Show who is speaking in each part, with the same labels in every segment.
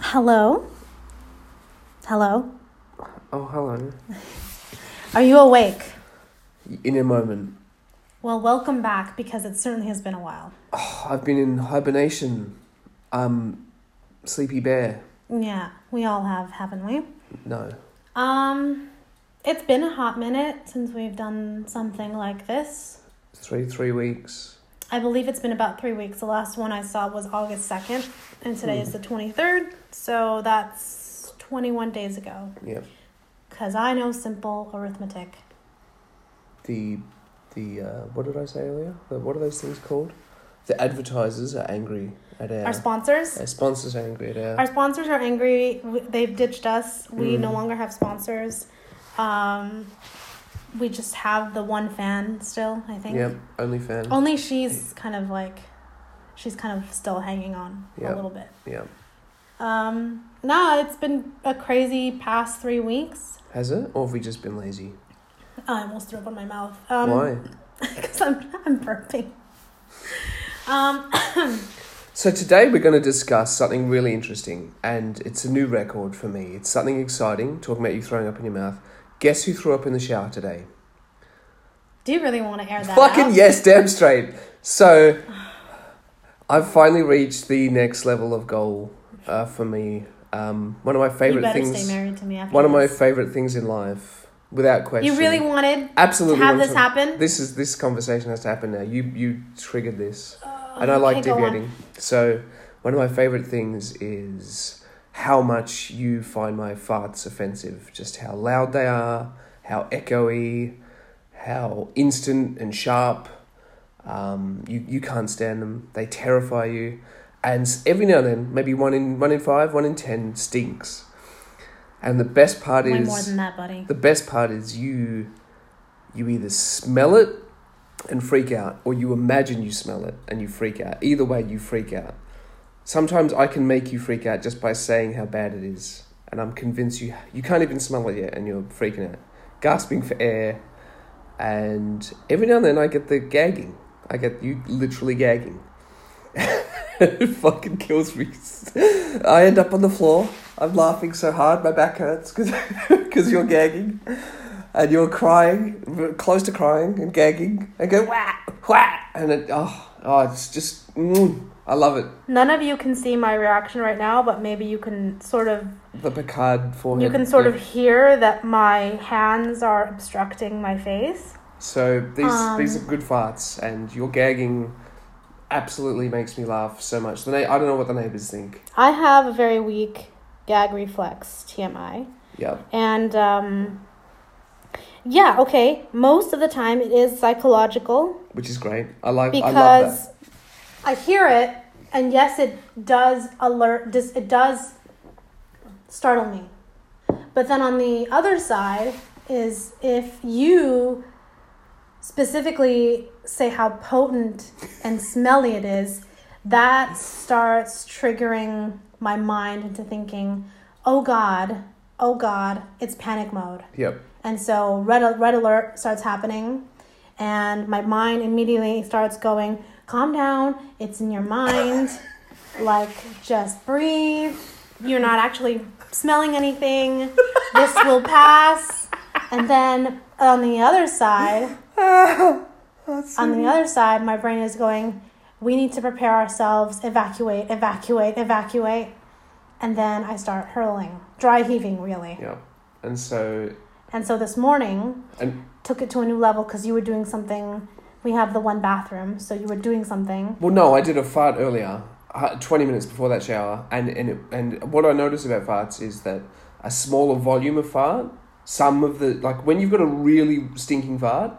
Speaker 1: Hello? Hello?
Speaker 2: Oh, hello.
Speaker 1: Are you awake?
Speaker 2: In a moment.
Speaker 1: Well, welcome back because it certainly has been a while.
Speaker 2: Oh, I've been in hibernation. Um, sleepy bear.
Speaker 1: Yeah, we all have, haven't we?
Speaker 2: No.
Speaker 1: Um, it's been a hot minute since we've done something like this.
Speaker 2: Three, three weeks.
Speaker 1: I believe it's been about three weeks. The last one I saw was August 2nd, and today is the 23rd, so that's 21 days ago.
Speaker 2: Yep.
Speaker 1: Because I know simple arithmetic.
Speaker 2: The, the, uh, what did I say earlier? The, what are those things called? The advertisers are angry at our,
Speaker 1: Our sponsors?
Speaker 2: our sponsors are angry at our,
Speaker 1: Our sponsors are angry. W- They've ditched us. We no
Speaker 2: Mm.
Speaker 1: longer have sponsors. Um, we just have the one fan still, I think.
Speaker 2: yep, OnlyFans.
Speaker 1: Only she's kind of like, she's kind of still hanging on a
Speaker 2: Yeah.
Speaker 1: little bit.
Speaker 2: yep.
Speaker 1: Um, no, it's been a crazy past three weeks. Oh,
Speaker 2: Has it? Or have we just been lazy?
Speaker 1: I almost threw up on my mouth. Um,
Speaker 2: Why?
Speaker 1: Because I'm, I'm burping. Um,
Speaker 2: So today we're going to discuss something really interesting, and it's a new record for me. It's something exciting, talking about you throwing up in your mouth. Guess who threw up in the shower today?
Speaker 1: do you really want to air that
Speaker 2: Fucking
Speaker 1: out?
Speaker 2: yes, damn straight. So, I've finally reached the next level of goal uh, for me. Um, one of my
Speaker 1: You
Speaker 2: favorite
Speaker 1: better stay
Speaker 2: things.
Speaker 1: married to me after
Speaker 2: One of my
Speaker 1: this.
Speaker 2: favorite things in life, without question.
Speaker 1: You really wanted to
Speaker 2: absolutely
Speaker 1: have
Speaker 2: want
Speaker 1: this happen?
Speaker 2: This is this conversation has to happen now. You you triggered this,
Speaker 1: Uh,
Speaker 2: and I like
Speaker 1: okay, go on.
Speaker 2: deviating. So, one of my favorite things is how much you find my farts offensive. Just how loud they are, how echoey, how instant and sharp. Um, you you can't stand them. They terrify you, and s- every now and then, maybe one in one in five, one in ten stinks. And the best part
Speaker 1: Way
Speaker 2: is
Speaker 1: more than that, buddy.
Speaker 2: the best part is you you either smell it and freak out or you imagine you smell it and you freak out. Either way you freak out. Sometimes I can make you freak out just by saying how bad it is and I'm convinced you you can't even smell it yet and you're freaking out. Gasping for air and every now and then I get the gagging. I get you literally gagging. it fucking kills me. I end up on the floor. I'm laughing so hard my back hurts because you're gagging and you're crying, r- close to crying and gagging and go wah wah and it oh oh it's just mm, I love it.
Speaker 1: None of you can see my reaction right now, but maybe you can sort of
Speaker 2: The Picard forehead.
Speaker 1: you can sort
Speaker 2: yeah.
Speaker 1: of hear that my hands are obstructing my face.
Speaker 2: So these
Speaker 1: Um,
Speaker 2: these are good farts and your gagging absolutely makes me laugh so much. The na- I don't know what the neighbors think.
Speaker 1: I have a very weak gag reflex, TMI.
Speaker 2: Yep.
Speaker 1: And um yeah, okay. Most of the time it is psychological
Speaker 2: which is great. I like I love that.
Speaker 1: because I, hear it and yes it does alert does it does startle me but then on the other side is if you specifically say how potent and smelly it is that starts triggering my mind into thinking oh god oh god it's panic mode
Speaker 2: Yep.
Speaker 1: and so red, red alert starts happening, and my mind immediately starts going, calm down, it's in your mind. like, just breathe. You're not actually smelling anything. This will pass. And then on the other side, on the other side, my brain is going, we need to prepare ourselves, evacuate, evacuate, evacuate. And then I start hurling, dry heaving, really.
Speaker 2: Yep. And so
Speaker 1: And so this morning,
Speaker 2: And-
Speaker 1: took it to a new level because you were doing something. We have the one bathroom, so you were doing something.
Speaker 2: well, no, I did a fart earlier, uh, twenty minutes before that shower, and and it, and what I notice about farts is that a smaller volume of fart, some of the like when you've got a really stinking fart,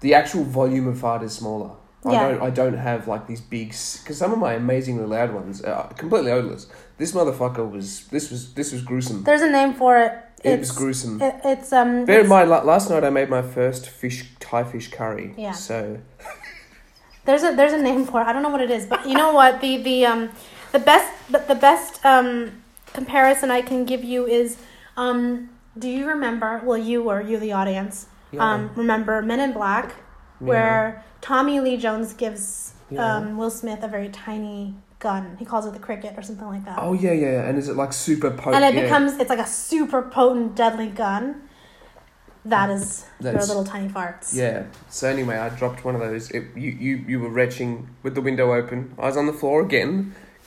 Speaker 2: the actual volume of fart is smaller.
Speaker 1: Yeah.
Speaker 2: I don't. I don't have like these big because some of my amazingly loud ones are completely odorless. This motherfucker was. This was. This was gruesome.
Speaker 1: There's a name for it.
Speaker 2: it was gruesome.
Speaker 1: it, it's um.
Speaker 2: Bear in
Speaker 1: it's-
Speaker 2: mind, la- last night I made my first fish Thai fish curry.
Speaker 1: Yeah.
Speaker 2: So
Speaker 1: There's a there's a name for it. I don't know what it is, but you know what the the um the best the, the best um comparison I can give you is um do you remember well you or you the audience
Speaker 2: Yeah.
Speaker 1: um remember Men in Black
Speaker 2: Yeah.
Speaker 1: where Tommy Lee Jones gives
Speaker 2: Yeah.
Speaker 1: um Will Smith a very tiny gun. He calls it the cricket or something like that.
Speaker 2: Oh yeah, yeah, yeah. And is it like super potent?
Speaker 1: and it
Speaker 2: yeah.
Speaker 1: becomes it's like a super potent deadly gun. That is
Speaker 2: Mm. That
Speaker 1: your
Speaker 2: is-
Speaker 1: little tiny farts.
Speaker 2: Yeah. So anyway, I dropped one of those. It, you, you, you were retching with the window open. I was on the floor again,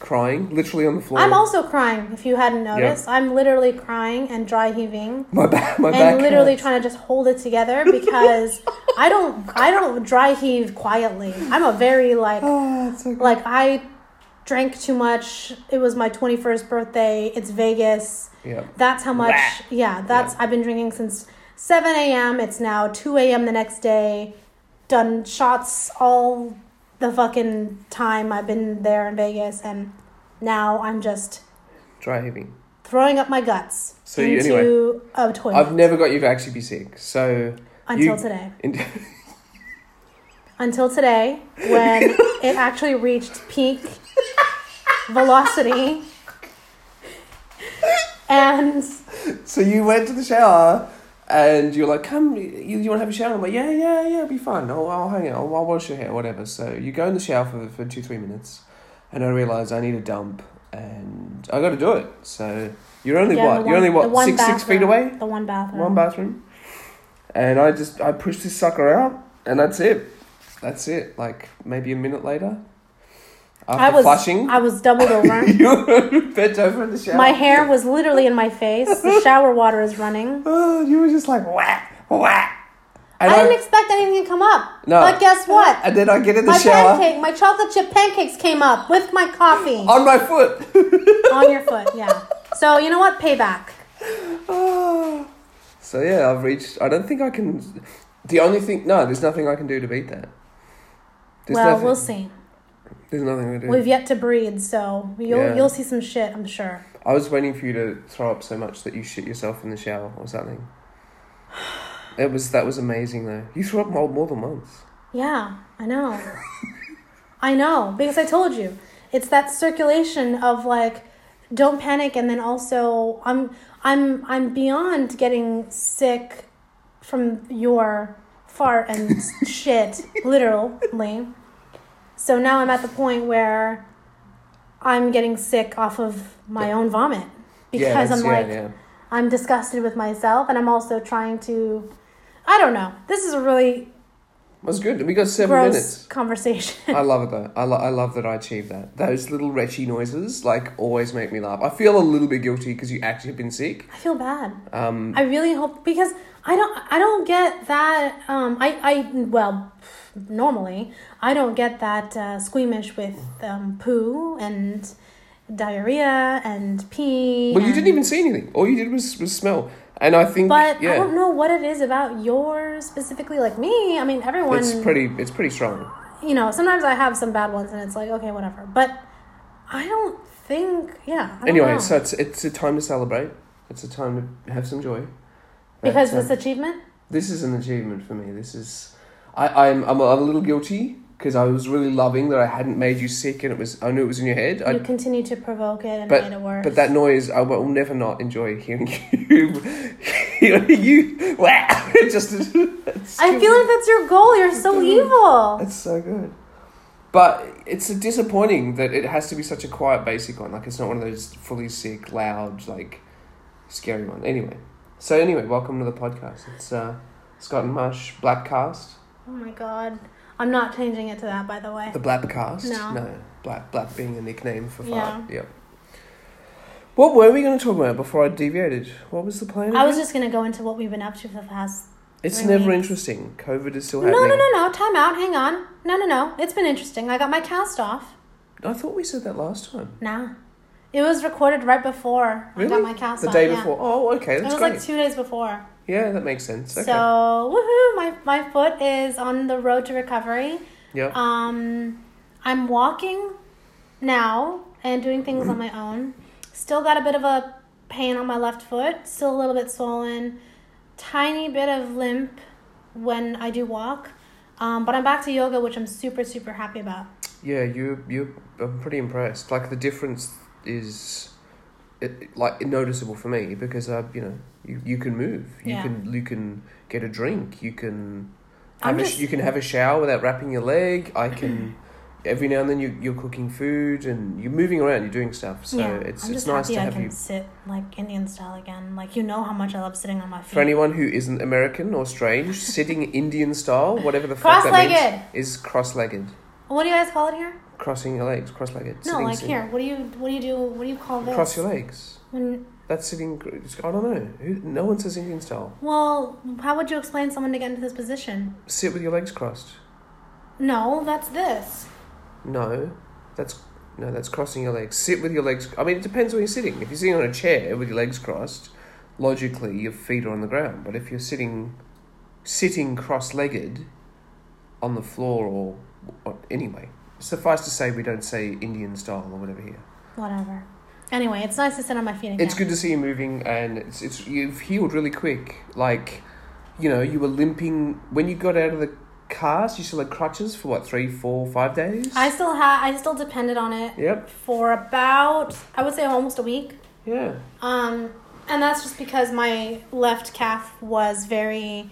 Speaker 2: crying, literally on the floor.
Speaker 1: I'm also crying. If you hadn't noticed, I'm literally crying and dry heaving
Speaker 2: my back, my back.
Speaker 1: and literally
Speaker 2: hurts.
Speaker 1: trying to just hold it together because I don't I don't dry heave quietly. I'm a very like
Speaker 2: Oh, it's so good.
Speaker 1: like I drank too much. It was my 21st birthday. It's Vegas.
Speaker 2: yeah.
Speaker 1: That's how much.
Speaker 2: Wah.
Speaker 1: Yeah, that's I've been drinking since 7 a.m. It's now 2 a.m. the next day. Done shots all the fucking time I've been there in Vegas, and now I'm just
Speaker 2: Dry heaving.
Speaker 1: throwing up my guts
Speaker 2: So you-
Speaker 1: into a toilet
Speaker 2: I've never got you to actually be sick. So
Speaker 1: until
Speaker 2: you-
Speaker 1: today.
Speaker 2: in-
Speaker 1: Until today, when it actually reached peak velocity. And
Speaker 2: so you went to the shower and you're like, come, you, you want to have a shower? I'm like, yeah, yeah, yeah, it'll be fine. I'll, I'll hang out. I'll, I'll wash your hair, whatever. So you go in the shower for, for two, three minutes. And I realised I need a dump and I got to do it. So you're only
Speaker 1: Yeah,
Speaker 2: what?
Speaker 1: the
Speaker 2: you're only
Speaker 1: one- the
Speaker 2: what?
Speaker 1: one
Speaker 2: Six, six feet
Speaker 1: bathroom- Uh-huh.
Speaker 2: away?
Speaker 1: The one bathroom.
Speaker 2: One bathroom. And I just, I pushed this sucker out and that's it. That's it. Like maybe a minute later. After
Speaker 1: I was
Speaker 2: flushing,
Speaker 1: I was doubled over.
Speaker 2: you were bent over in the shower.
Speaker 1: My hair was literally in my face. The shower water is running.
Speaker 2: Oh, you were just like whack, whack. And
Speaker 1: I
Speaker 2: I,
Speaker 1: didn't expect anything to come up.
Speaker 2: No.
Speaker 1: But guess what?
Speaker 2: and then I get in the
Speaker 1: My
Speaker 2: shower
Speaker 1: pancake, my chocolate chip pancakes came up with my coffee
Speaker 2: on my foot.
Speaker 1: on your foot. Yeah. So you know what? Payback.
Speaker 2: Ah. so yeah, I've reached. I don't think I can. The only thing, no, there's nothing I can do to beat that. There's
Speaker 1: well,
Speaker 2: nothing,
Speaker 1: we'll see.
Speaker 2: There's nothing to do.
Speaker 1: We've yet to breed, so you'll
Speaker 2: Yeah.
Speaker 1: you'll see some shit. I'm sure.
Speaker 2: I was waiting for you to throw up so much that you shit yourself in the shower or something. It was that was amazing though. You threw up more, more than once.
Speaker 1: Yeah, I know. I know because I told you. It's that circulation of like don't panic and then also I'm I'm I'm beyond getting sick from your fart and shit literally. So now I'm at the point where I'm getting sick off of my own vomit because
Speaker 2: yeah,
Speaker 1: I'm
Speaker 2: it's-
Speaker 1: like
Speaker 2: yeah, yeah.
Speaker 1: I'm disgusted with myself and I'm also trying to I don't know. This is a really
Speaker 2: It was good. We got seven
Speaker 1: gross
Speaker 2: minutes.
Speaker 1: conversation.
Speaker 2: I love it though. I, lo- I love that I achieved that. Those little retchy noises like always make me laugh. I feel a little bit guilty because you actually have been sick.
Speaker 1: I feel bad.
Speaker 2: Um,
Speaker 1: I really hope because I don't I don't get that um I I well normally I don't get that uh, squeamish with um, poo and diarrhea and pee.
Speaker 2: well, you
Speaker 1: and-
Speaker 2: didn't even see anything. All you did was, was smell. And I think
Speaker 1: But I
Speaker 2: yeah,
Speaker 1: don't know what it is about yours specifically like me. I mean everyone
Speaker 2: it's pretty it's pretty strong.
Speaker 1: you know, sometimes I have some bad ones and it's like okay, whatever. But I don't think yeah. I don't
Speaker 2: Anyway,
Speaker 1: know.
Speaker 2: so it's it's a time to celebrate. It's a time to have some joy. But,
Speaker 1: because
Speaker 2: um,
Speaker 1: this achievement
Speaker 2: this is an achievement for me. This is, I, I'm, I'm a I'm a little guilty because I was really loving that I hadn't made you sick and it was I knew it was in your head. I,
Speaker 1: you continue to provoke it and
Speaker 2: but-
Speaker 1: make it worse.
Speaker 2: but that noise, I will never not enjoy hearing you. you, wow, it just. It's,
Speaker 1: I feel like that's your goal. You're so
Speaker 2: Mm-hmm.
Speaker 1: evil.
Speaker 2: it's so good, but it's disappointing that it has to be such a quiet, basic one. Like it's not one of those fully sick, loud, like scary one. Anyway, so anyway, welcome to the podcast. It's uh, Scott and Marsh Blackcast.
Speaker 1: Oh my god. I'm not changing it to that, by the way.
Speaker 2: The Blabcast?
Speaker 1: No.
Speaker 2: Black Blab being a nickname for
Speaker 1: Yeah.
Speaker 2: fart. Yep. What were we going to talk about before I deviated? What was the plan?
Speaker 1: I was
Speaker 2: again?
Speaker 1: just gonna go into what we've been up to for the past.
Speaker 2: It's
Speaker 1: three
Speaker 2: never
Speaker 1: weeks.
Speaker 2: interesting. COVID is still
Speaker 1: No,
Speaker 2: happening.
Speaker 1: no, no, no. Time out. Hang on. No, no, no. It's been interesting. I got my cast off.
Speaker 2: I thought we said that last time.
Speaker 1: Nah. It was recorded right before I
Speaker 2: Really?
Speaker 1: got my cast
Speaker 2: The
Speaker 1: off.
Speaker 2: day
Speaker 1: yeah.
Speaker 2: before. Oh, okay.
Speaker 1: It
Speaker 2: That's
Speaker 1: was
Speaker 2: great.
Speaker 1: like two days before.
Speaker 2: yeah, that makes sense. Okay.
Speaker 1: So, woohoo! My, my foot is on the road to recovery.
Speaker 2: yeah.
Speaker 1: Um, I'm walking now and doing things on my own. Still got a bit of a pain on my left foot, still a little bit swollen, tiny bit of limp when I do walk. Um, but I'm back to yoga, which I'm super, super happy about.
Speaker 2: yeah, you, you, I'm pretty impressed. Like, the difference is. It, like noticeable for me because uh, you know you, you can move you
Speaker 1: Yeah.
Speaker 2: can you can get a drink you can
Speaker 1: I'm
Speaker 2: have a, sh
Speaker 1: just-
Speaker 2: you can have a shower without wrapping your leg I can every now and then you you're cooking food and you're moving around, you're doing stuff. So
Speaker 1: yeah,
Speaker 2: it's
Speaker 1: I'm
Speaker 2: it's
Speaker 1: just
Speaker 2: nice
Speaker 1: happy
Speaker 2: to
Speaker 1: I
Speaker 2: have
Speaker 1: can
Speaker 2: you.
Speaker 1: sit like Indian style again. Like you know how much I love sitting on my feet.
Speaker 2: For anyone who isn't American or strange, sitting Indian style, whatever the fuck that means,
Speaker 1: Cross-legged.
Speaker 2: is cross-legged,
Speaker 1: What do you guys call it here?
Speaker 2: crossing your legs, cross-legged.
Speaker 1: No,
Speaker 2: sitting,
Speaker 1: like
Speaker 2: sit-
Speaker 1: here. What do you what do you do? What do you call this?
Speaker 2: cross your legs.
Speaker 1: When,
Speaker 2: That's sitting. gr- it's- I don't know. Who, no one says Indian style.
Speaker 1: well, how would you explain someone to get into this position?
Speaker 2: Sit with your legs crossed.
Speaker 1: No, that's this.
Speaker 2: No, that's no, that's crossing your legs. Sit with your legs. I mean, it depends where you're sitting. If you're sitting on a chair with your legs crossed, logically your feet are on the ground. But if you're sitting, sitting cross-legged, on the floor or, or anyway, suffice to say, we don't say Indian style or whatever here.
Speaker 1: Whatever. Anyway, it's nice to sit on my feet again.
Speaker 2: It's good to see you moving, and it's it's you've healed really quick. Like, you know, you were limping when you got out of the cars. You still had crutches for what three, four, five days.
Speaker 1: I still had I still depended on it
Speaker 2: Yep.
Speaker 1: for about I would say almost a week.
Speaker 2: Yeah.
Speaker 1: Um, and that's just because my left calf was very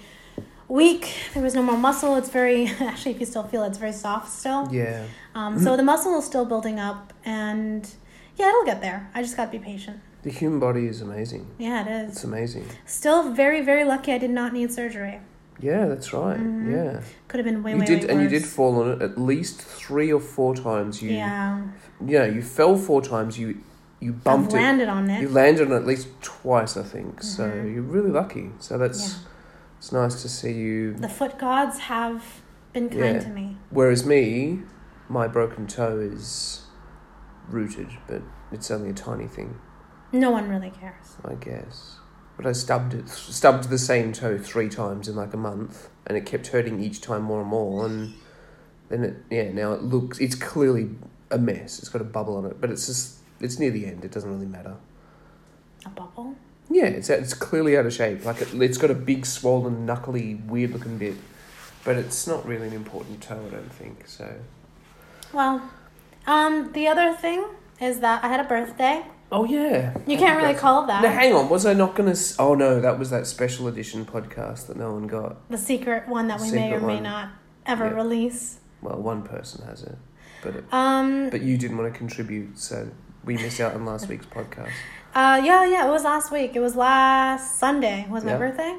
Speaker 1: weak. There was no more muscle. It's very actually, if you still feel it, it's very soft still.
Speaker 2: Yeah.
Speaker 1: Um, so the muscle is still building up, and yeah, it'll get there. I just got to be patient.
Speaker 2: The human body is amazing.
Speaker 1: Yeah, it
Speaker 2: It's
Speaker 1: is.
Speaker 2: amazing.
Speaker 1: Still very very lucky. I did not need surgery.
Speaker 2: Yeah, that's right.
Speaker 1: Mm-hmm.
Speaker 2: Yeah.
Speaker 1: Could have been way
Speaker 2: you
Speaker 1: way
Speaker 2: did
Speaker 1: way
Speaker 2: and you
Speaker 1: worse.
Speaker 2: did fall on it at least 3 or 4 times. You
Speaker 1: yeah,
Speaker 2: you know, you fell 4 times, you you bumped
Speaker 1: I've
Speaker 2: it.
Speaker 1: landed on it.
Speaker 2: You landed on it at least twice, I think. So you're really lucky. So that's
Speaker 1: Yeah.
Speaker 2: it's nice to see you.
Speaker 1: The foot gods have been kind
Speaker 2: Yeah.
Speaker 1: to me.
Speaker 2: Whereas me, my broken toe is rooted, but it's only a tiny thing,
Speaker 1: No one really cares.
Speaker 2: I guess. But I stubbed it, stubbed the same toe three times in like a month, and it kept hurting each time more and more. And then it, yeah, now it looks, it's clearly a mess. It's got a bubble on it, but it's just, it's near the end. It doesn't really matter.
Speaker 1: A bubble.
Speaker 2: Yeah, it's it's clearly out of shape. Like it, it's got a big, swollen, knuckly, weird looking bit, but it's not really an important toe. I don't think so.
Speaker 1: Well, um, the other thing is that I had a birthday.
Speaker 2: Oh yeah,
Speaker 1: You can't really call that
Speaker 2: Now, hang on, was I not going to? S- oh no, that was that special edition podcast that no one got.
Speaker 1: the secret one that we may
Speaker 2: Secret
Speaker 1: or may
Speaker 2: one.
Speaker 1: not ever
Speaker 2: Yeah.
Speaker 1: release.
Speaker 2: Well, one person has it, but it,
Speaker 1: Um,
Speaker 2: but you didn't want to contribute, so we missed out on last week's podcast.
Speaker 1: uh, yeah, yeah, it was last week. It was last Sunday was my
Speaker 2: Yeah.
Speaker 1: birthday,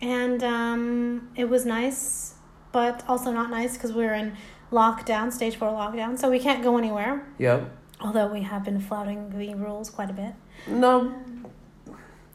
Speaker 1: and um, it was nice, but also not nice because we were in lockdown, stage four lockdown, so we can't go anywhere.
Speaker 2: Yeah.
Speaker 1: Although we have been flouting the rules quite a bit.
Speaker 2: No,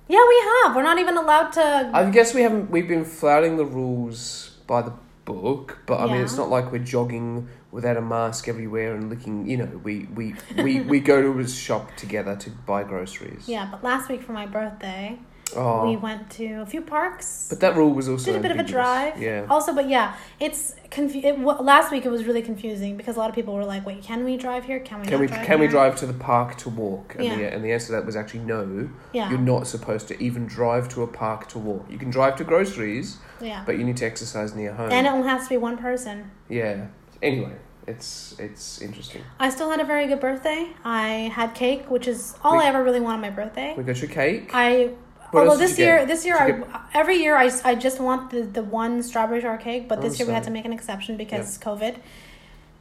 Speaker 1: Yeah, we have. We're not even allowed to.
Speaker 2: I guess we haven't. We've been flouting the rules by the book, but I mean, it's
Speaker 1: Yeah.
Speaker 2: not like we're jogging without a mask everywhere and licking. You know, we we we, we go to a shop together to buy groceries.
Speaker 1: Yeah, but last week for my birthday,
Speaker 2: Oh,
Speaker 1: we went to a few parks.
Speaker 2: but that rule was also
Speaker 1: did a bit of a
Speaker 2: ambiguous.
Speaker 1: drive. Oh,
Speaker 2: Yeah.
Speaker 1: Also, but yeah, it's confu- it, wa- Last week it was really confusing because a lot of people were like, "Wait, can we drive here? Can we?
Speaker 2: Can
Speaker 1: not
Speaker 2: we
Speaker 1: drive
Speaker 2: can we
Speaker 1: here?"
Speaker 2: drive to the park to walk? And,
Speaker 1: Yeah.
Speaker 2: the, and the answer to that was actually no.
Speaker 1: Yeah.
Speaker 2: You're not supposed to even drive to a park to walk. You can drive to groceries,
Speaker 1: yeah.
Speaker 2: but uh, you need to exercise near home.
Speaker 1: and it only has to be one person.
Speaker 2: yeah. Anyway, it's it's interesting.
Speaker 1: I still had a very good birthday. I had cake, which is all
Speaker 2: We-
Speaker 1: I ever really want on my birthday.
Speaker 2: We got your cake.
Speaker 1: I.
Speaker 2: What
Speaker 1: although
Speaker 2: else did
Speaker 1: this
Speaker 2: you
Speaker 1: year,
Speaker 2: get?
Speaker 1: this year,
Speaker 2: Did you
Speaker 1: I, every year, I, s- I just want the, the one strawberry shortcake, but this
Speaker 2: Oh,
Speaker 1: year we had
Speaker 2: sorry.
Speaker 1: to make an exception because COVID.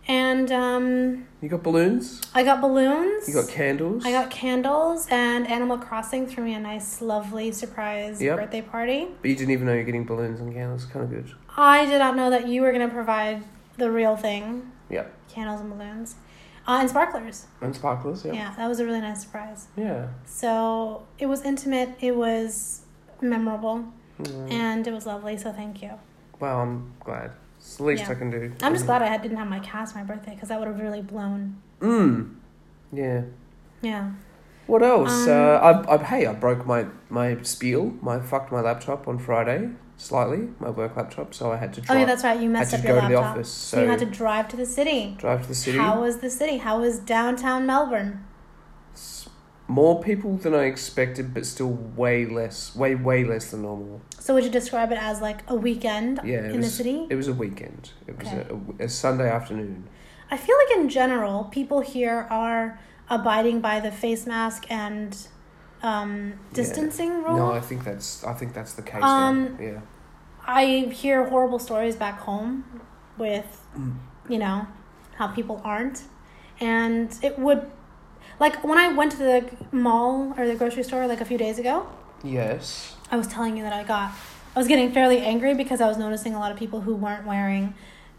Speaker 1: And um,
Speaker 2: You got balloons.
Speaker 1: I got balloons.
Speaker 2: You got candles.
Speaker 1: I got candles and Animal Crossing threw me a nice, lovely surprise
Speaker 2: Yep.
Speaker 1: birthday party.
Speaker 2: But you didn't even know you're getting balloons and candles. Kind of good.
Speaker 1: I did not know that you were going to provide the real thing
Speaker 2: Yeah.
Speaker 1: candles and balloons uh, and sparklers.
Speaker 2: And sparklers. Yeah.
Speaker 1: Yeah, that was a really nice surprise.
Speaker 2: Yeah.
Speaker 1: So it was intimate, it was memorable,
Speaker 2: Mm.
Speaker 1: and it was lovely. So thank you.
Speaker 2: Well, I'm glad. It's the least
Speaker 1: Yeah.
Speaker 2: I can do.
Speaker 1: I'm just glad I had, didn't have my cast my birthday because that would have really blown.
Speaker 2: Mm. Yeah.
Speaker 1: Yeah.
Speaker 2: What else?
Speaker 1: Um,
Speaker 2: uh, I, I, hey, I broke my, my spiel. My fucked my laptop on Friday slightly, my work laptop. So I had to
Speaker 1: Oh
Speaker 2: drive,
Speaker 1: yeah, that's right. You
Speaker 2: had
Speaker 1: messed
Speaker 2: to
Speaker 1: up your
Speaker 2: go to the
Speaker 1: laptop.
Speaker 2: office.
Speaker 1: so you
Speaker 2: So
Speaker 1: had to drive to the city.
Speaker 2: drive to the city.
Speaker 1: How was the city? How was downtown Melbourne?
Speaker 2: S- More people than I expected, but still way less, way way less than normal.
Speaker 1: So would you describe it as like a weekend
Speaker 2: Yeah, it
Speaker 1: Uh, in
Speaker 2: was,
Speaker 1: the city?
Speaker 2: It was a weekend. It was
Speaker 1: Okay.
Speaker 2: a- a, a Sunday afternoon.
Speaker 1: I feel like in general, people here are abiding by the face mask and um, distancing rule.
Speaker 2: No, I think that's I think that's the case.
Speaker 1: Um,
Speaker 2: now. Yeah. Mm.
Speaker 1: I hear horrible stories back home with, you know, how people aren't. And it would, like, when I went to the mall or the grocery store like a few days ago,
Speaker 2: Yes.
Speaker 1: I was telling you that I got, I was getting fairly angry because I was noticing a lot of people who weren't wearing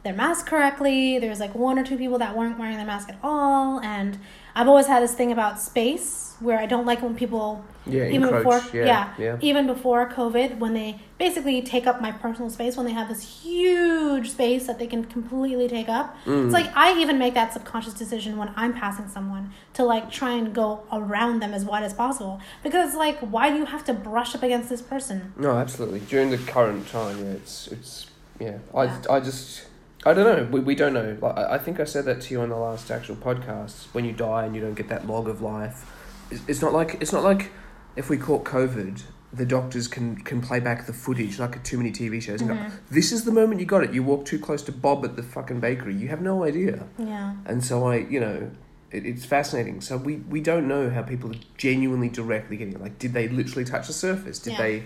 Speaker 1: their mask correctly. There was like one or two people that weren't wearing their mask at all. And I've always had this thing about space where I don't like when people,
Speaker 2: Yeah.
Speaker 1: even
Speaker 2: encroach.
Speaker 1: before,
Speaker 2: yeah.
Speaker 1: yeah, even before COVID, when they basically take up my personal space, when they have this huge space that they can completely take up.
Speaker 2: Mm.
Speaker 1: It's like I even make that subconscious decision when I'm passing someone to like try and go around them as wide as possible. Because it's like, why do you have to brush up against this person?
Speaker 2: No, absolutely. During the current time, yeah, it's it's yeah. I
Speaker 1: Yeah.
Speaker 2: I just I don't know. We, we don't know. Like I I think I said that to you on the last actual podcast. When you die and you don't get that log of life, it's, it's not like it's not like if we caught COVID, the doctors can can play back the footage like too many TV shows. and go,
Speaker 1: Mhm.
Speaker 2: This is the moment you got it. You walked too close to Bob at the fucking bakery. You have no idea.
Speaker 1: Yeah.
Speaker 2: And so I, you know, it, it's fascinating. So we, we don't know how people are genuinely directly getting it. Like, did they literally touch the surface? Did
Speaker 1: Yeah.
Speaker 2: they?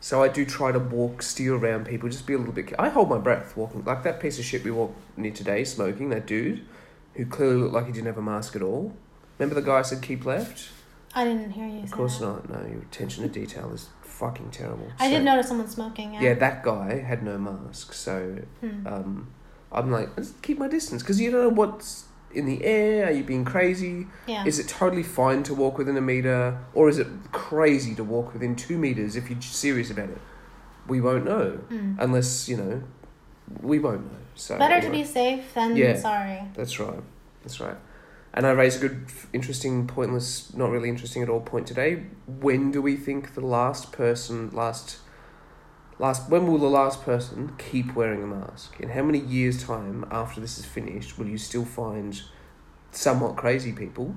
Speaker 2: So I do try to walk, steer around people, just be a little bit. ca- I hold my breath walking. Like that piece of shit we walked near today, smoking, that dude who clearly looked like he didn't have a mask at all. Remember the guy I said keep left?
Speaker 1: I didn't hear you.
Speaker 2: Of
Speaker 1: say
Speaker 2: course
Speaker 1: that.
Speaker 2: not. No, your attention to detail is fucking terrible.
Speaker 1: I
Speaker 2: So-
Speaker 1: did notice someone smoking. Yeah.
Speaker 2: Yeah, that guy had no mask, so
Speaker 1: Hmm.
Speaker 2: um, I'm like, just keep my distance because you don't know what's in the air. Are you being crazy?
Speaker 1: yeah.
Speaker 2: Is it totally fine to walk within a meter, or is it crazy to walk within two meters if you're serious about it? We won't know
Speaker 1: Hmm.
Speaker 2: unless you know. We won't know. So
Speaker 1: Better to
Speaker 2: anyway.
Speaker 1: be safe than
Speaker 2: Yeah.
Speaker 1: sorry.
Speaker 2: That's right. That's right. And I raised a good, f- interesting, pointless, not really interesting at all point today. When do we think the last person, last, last, when will the last person keep wearing a mask? In how many years' time after this is finished will you still find somewhat crazy people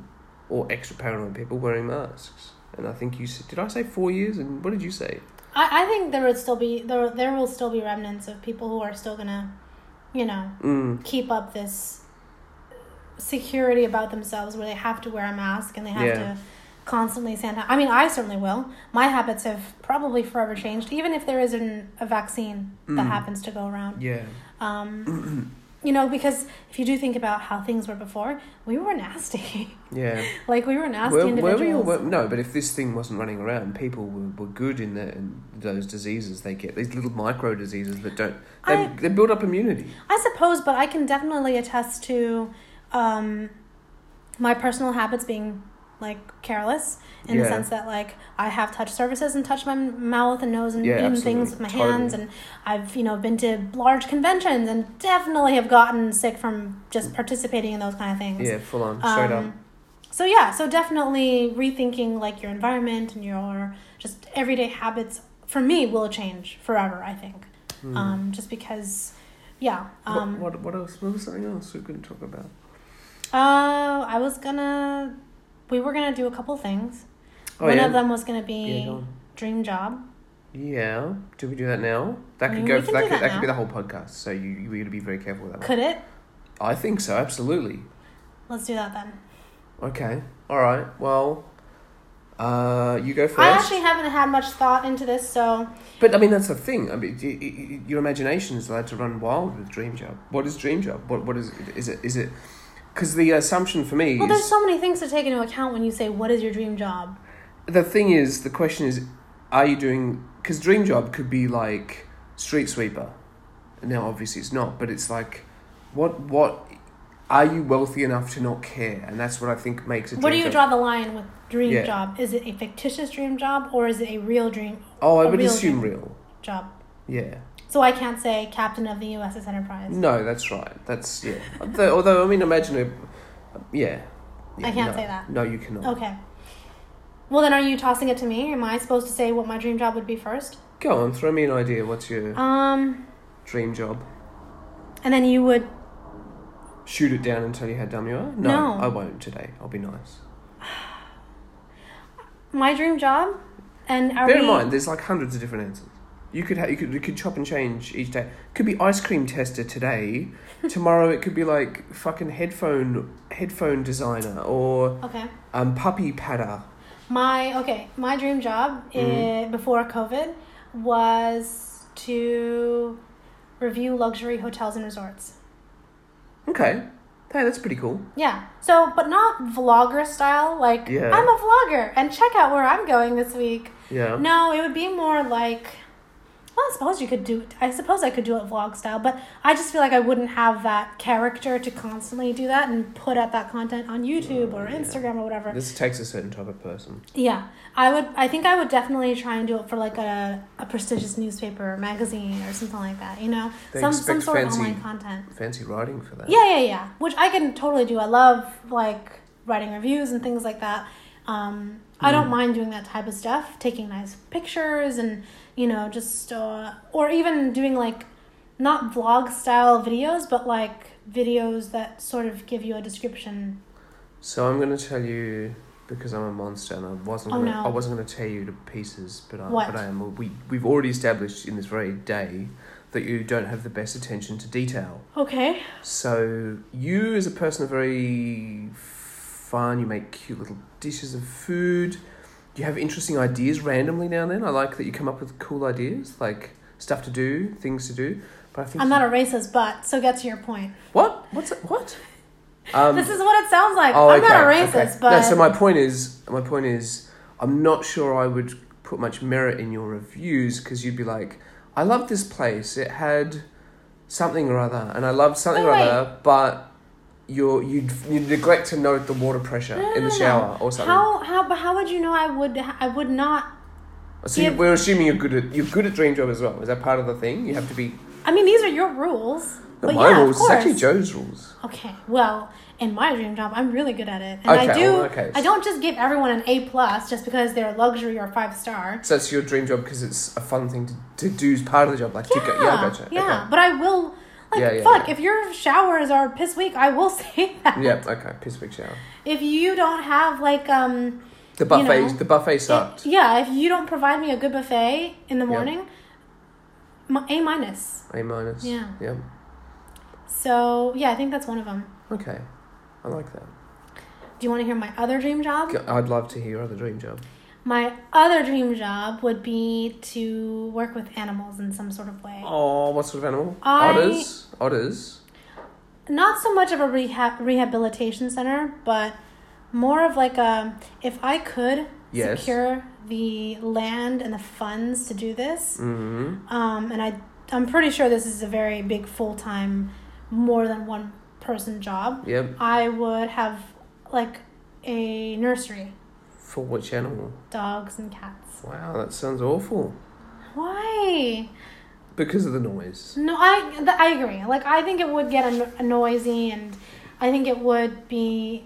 Speaker 2: or extra paranoid people wearing masks? And I think you s- did. I say four years, and what did you say?
Speaker 1: I, I think there would still be there there will still be remnants of people who are still gonna, you know,
Speaker 2: Mm,
Speaker 1: keep up this security about themselves where they have to wear a mask and they have
Speaker 2: Yeah.
Speaker 1: to constantly sanitize. I mean, I certainly will. My habits have probably forever changed, even if there isn't a vaccine that
Speaker 2: Mm.
Speaker 1: happens to go around.
Speaker 2: yeah.
Speaker 1: Um, you know, because if you do think about how things were before, we were nasty.
Speaker 2: Yeah.
Speaker 1: like we were nasty
Speaker 2: Were, were
Speaker 1: individuals.
Speaker 2: we all, were, no, but if this thing wasn't running around, people were, were good in, the, in those diseases they get, these little micro diseases that don't, they,
Speaker 1: I-
Speaker 2: they build up immunity.
Speaker 1: I suppose, but I can definitely attest to um, my personal habits being like careless in the
Speaker 2: Yeah.
Speaker 1: sense that like I have touched surfaces and touched my m- mouth and nose and
Speaker 2: Yeah,
Speaker 1: eaten
Speaker 2: absolutely.
Speaker 1: things with my
Speaker 2: Totally.
Speaker 1: hands and I've you know been to large conventions and definitely have gotten sick from just participating in those kind of things.
Speaker 2: Yeah, full on, straight up.
Speaker 1: Um, So yeah, so definitely rethinking like your environment and your just everyday habits for me will change forever. I think,
Speaker 2: Hmm.
Speaker 1: um, just because, yeah. Um,
Speaker 2: what, what, what else? What was something else we couldn't talk about?
Speaker 1: Uh, I was gonna. We were gonna do a couple things.
Speaker 2: Oh
Speaker 1: One
Speaker 2: yeah.
Speaker 1: of them was gonna
Speaker 2: yeah,
Speaker 1: be
Speaker 2: go on.
Speaker 1: dream job.
Speaker 2: yeah. Do we do that now? That could
Speaker 1: Mm,
Speaker 2: go.
Speaker 1: we can
Speaker 2: that
Speaker 1: do that
Speaker 2: could that, could be
Speaker 1: now.
Speaker 2: the whole podcast. So you you got to be very careful with that. One.
Speaker 1: Could it?
Speaker 2: I think so. Absolutely.
Speaker 1: Let's do that then.
Speaker 2: Okay. All right. Well, uh, you go first.
Speaker 1: I actually haven't had much thought into this, so
Speaker 2: But I mean, that's the thing. I mean, it, it, it, your imagination is allowed to run wild with Dream Job. What is Dream Job? What what is it? Is it is it? Because the assumption for me
Speaker 1: well, there's
Speaker 2: is
Speaker 1: so many things to take into account when you say what is your dream job.
Speaker 2: the thing is the question is, are you doing? Because Dream Job could be like Street Sweeper. Now, obviously, it's not, but it's like, what what are you wealthy enough to not care? And that's what I think makes a dream
Speaker 1: Where do you
Speaker 2: job.
Speaker 1: draw the line with dream
Speaker 2: Yeah.
Speaker 1: job? Is it a fictitious dream job or is it a real dream
Speaker 2: Oh, I
Speaker 1: a
Speaker 2: would
Speaker 1: real
Speaker 2: assume real.
Speaker 1: job?
Speaker 2: Yeah.
Speaker 1: So I can't say captain of the USS Enterprise.
Speaker 2: No, that's right. That's yeah. although, although I mean, imagine a, yeah. Yeah,
Speaker 1: I can't
Speaker 2: no.
Speaker 1: say that.
Speaker 2: No, you cannot.
Speaker 1: Okay. Well, then, are you tossing it to me? Am I supposed to say what my dream job would be first?
Speaker 2: Go on, throw me an idea. What's your
Speaker 1: Um,
Speaker 2: dream job?
Speaker 1: and then you would
Speaker 2: Shoot it down and tell you how dumb you are?
Speaker 1: No.
Speaker 2: I won't today. I'll be nice.
Speaker 1: my dream job and are
Speaker 2: Bear
Speaker 1: we,
Speaker 2: in mind, there's like hundreds of different answers. You could ha- you could you could chop and change each day. Could be ice cream tester today. Tomorrow it could be like fucking headphone headphone designer or
Speaker 1: okay
Speaker 2: um puppy padder.
Speaker 1: my okay my dream job i-
Speaker 2: Mhm.
Speaker 1: before covid was to review luxury hotels and resorts
Speaker 2: Okay, Hey, that's pretty cool.
Speaker 1: Yeah. So, but not vlogger style. Like,
Speaker 2: Yeah.
Speaker 1: I'm a vlogger and check out where I'm going this week.
Speaker 2: Yeah.
Speaker 1: No, it would be more like. Well, I suppose you could do it. I suppose I could do it vlog style, but I just feel like I wouldn't have that character to constantly do that and put out that content on YouTube or
Speaker 2: Oh, yeah.
Speaker 1: Instagram or whatever.
Speaker 2: This takes a certain type of person.
Speaker 1: Yeah, I would. I think I would definitely try and do it for like a, a prestigious newspaper or magazine or something like that. You know,
Speaker 2: They
Speaker 1: some some
Speaker 2: expect
Speaker 1: sort
Speaker 2: fancy-
Speaker 1: of online content.
Speaker 2: Fancy writing for that.
Speaker 1: Yeah, yeah, yeah. Which I can totally do. I love like writing reviews and things like that. Um, I
Speaker 2: Mm-hmm.
Speaker 1: don't mind doing that type of stuff, taking nice pictures and you know just uh, or even doing like not vlog style videos, but like videos that sort of give you a description.
Speaker 2: So I'm gonna tell you because I'm a monster and I wasn't
Speaker 1: Oh,
Speaker 2: gonna,
Speaker 1: no.
Speaker 2: I wasn't gonna tear you to pieces, but I,
Speaker 1: What?
Speaker 2: but I am. We we've already established in this very day that you don't have the best attention to detail.
Speaker 1: Okay.
Speaker 2: So you, as a person, are very fun. You make cute little dishes of food. You have interesting ideas randomly now and then. I like that you come up with cool ideas, like stuff to do, things to do. But I think
Speaker 1: I'm not a racist, but so get to your point.
Speaker 2: what? What's it? what? Um,
Speaker 1: this is what it sounds like.
Speaker 2: Oh,
Speaker 1: I'm
Speaker 2: okay,
Speaker 1: not a
Speaker 2: okay.
Speaker 1: racist, but
Speaker 2: no. So my point is, my point is, I'm not sure I would put much merit in your reviews because you'd be like, I love this place. It had something or other, and I loved something
Speaker 1: Wait,
Speaker 2: or other, but you're you'd you neglect to note the water pressure
Speaker 1: No, no,
Speaker 2: in the
Speaker 1: no, no.
Speaker 2: shower or something.
Speaker 1: how how but how would you know I would I would not
Speaker 2: so you,
Speaker 1: give-
Speaker 2: we're assuming you're good at you're good at dream job as well. Is that part of the thing? You have to be.
Speaker 1: I mean, these are your rules.
Speaker 2: Not
Speaker 1: But
Speaker 2: my
Speaker 1: yeah,
Speaker 2: rules.
Speaker 1: of course.
Speaker 2: It's actually Joe's rules.
Speaker 1: okay. Well, in my dream job, I'm really good at it, and I
Speaker 2: Okay,
Speaker 1: do.
Speaker 2: well, okay.
Speaker 1: I don't just give everyone an A plus just because they're luxury or five star.
Speaker 2: So that's your dream job because it's a fun thing to, to do as part of the job. Like to
Speaker 1: Yeah,
Speaker 2: go, yeah, I gotcha.
Speaker 1: yeah. But I will. Like,
Speaker 2: Yeah, yeah,
Speaker 1: fuck.
Speaker 2: yeah.
Speaker 1: If your showers are piss weak, I will say that.
Speaker 2: Okay. Yeah. Okay. Piss big shower.
Speaker 1: If you don't have like um,
Speaker 2: The buffet,
Speaker 1: know,
Speaker 2: the buffet
Speaker 1: it,
Speaker 2: sucked.
Speaker 1: yeah, if you don't provide me a good buffet in the morning, mi- A minus.
Speaker 2: A minus.
Speaker 1: Yeah.
Speaker 2: Yeah.
Speaker 1: So yeah, I think that's one of them.
Speaker 2: Okay. I like that.
Speaker 1: Do you want to hear my other dream job?
Speaker 2: G- I'd love to hear other dream job.
Speaker 1: My other dream job would be to work with animals in some sort of way.
Speaker 2: Oh, what sort of animal?
Speaker 1: I-
Speaker 2: Otters. Otters.
Speaker 1: Not so much of a rehab rehabilitation center, but more of like a if I could
Speaker 2: Yes.
Speaker 1: secure the land and the funds to do this.
Speaker 2: Mm-hmm.
Speaker 1: Um, and I I'm pretty sure this is a very big full time, more than one person job.
Speaker 2: Yep.
Speaker 1: I would have like a nursery,
Speaker 2: For which animal?
Speaker 1: dogs and cats.
Speaker 2: Wow, that sounds awful.
Speaker 1: Why?
Speaker 2: Because of the noise.
Speaker 1: No, I th- I agree. Like I think it would get an- noisy, and I think it would be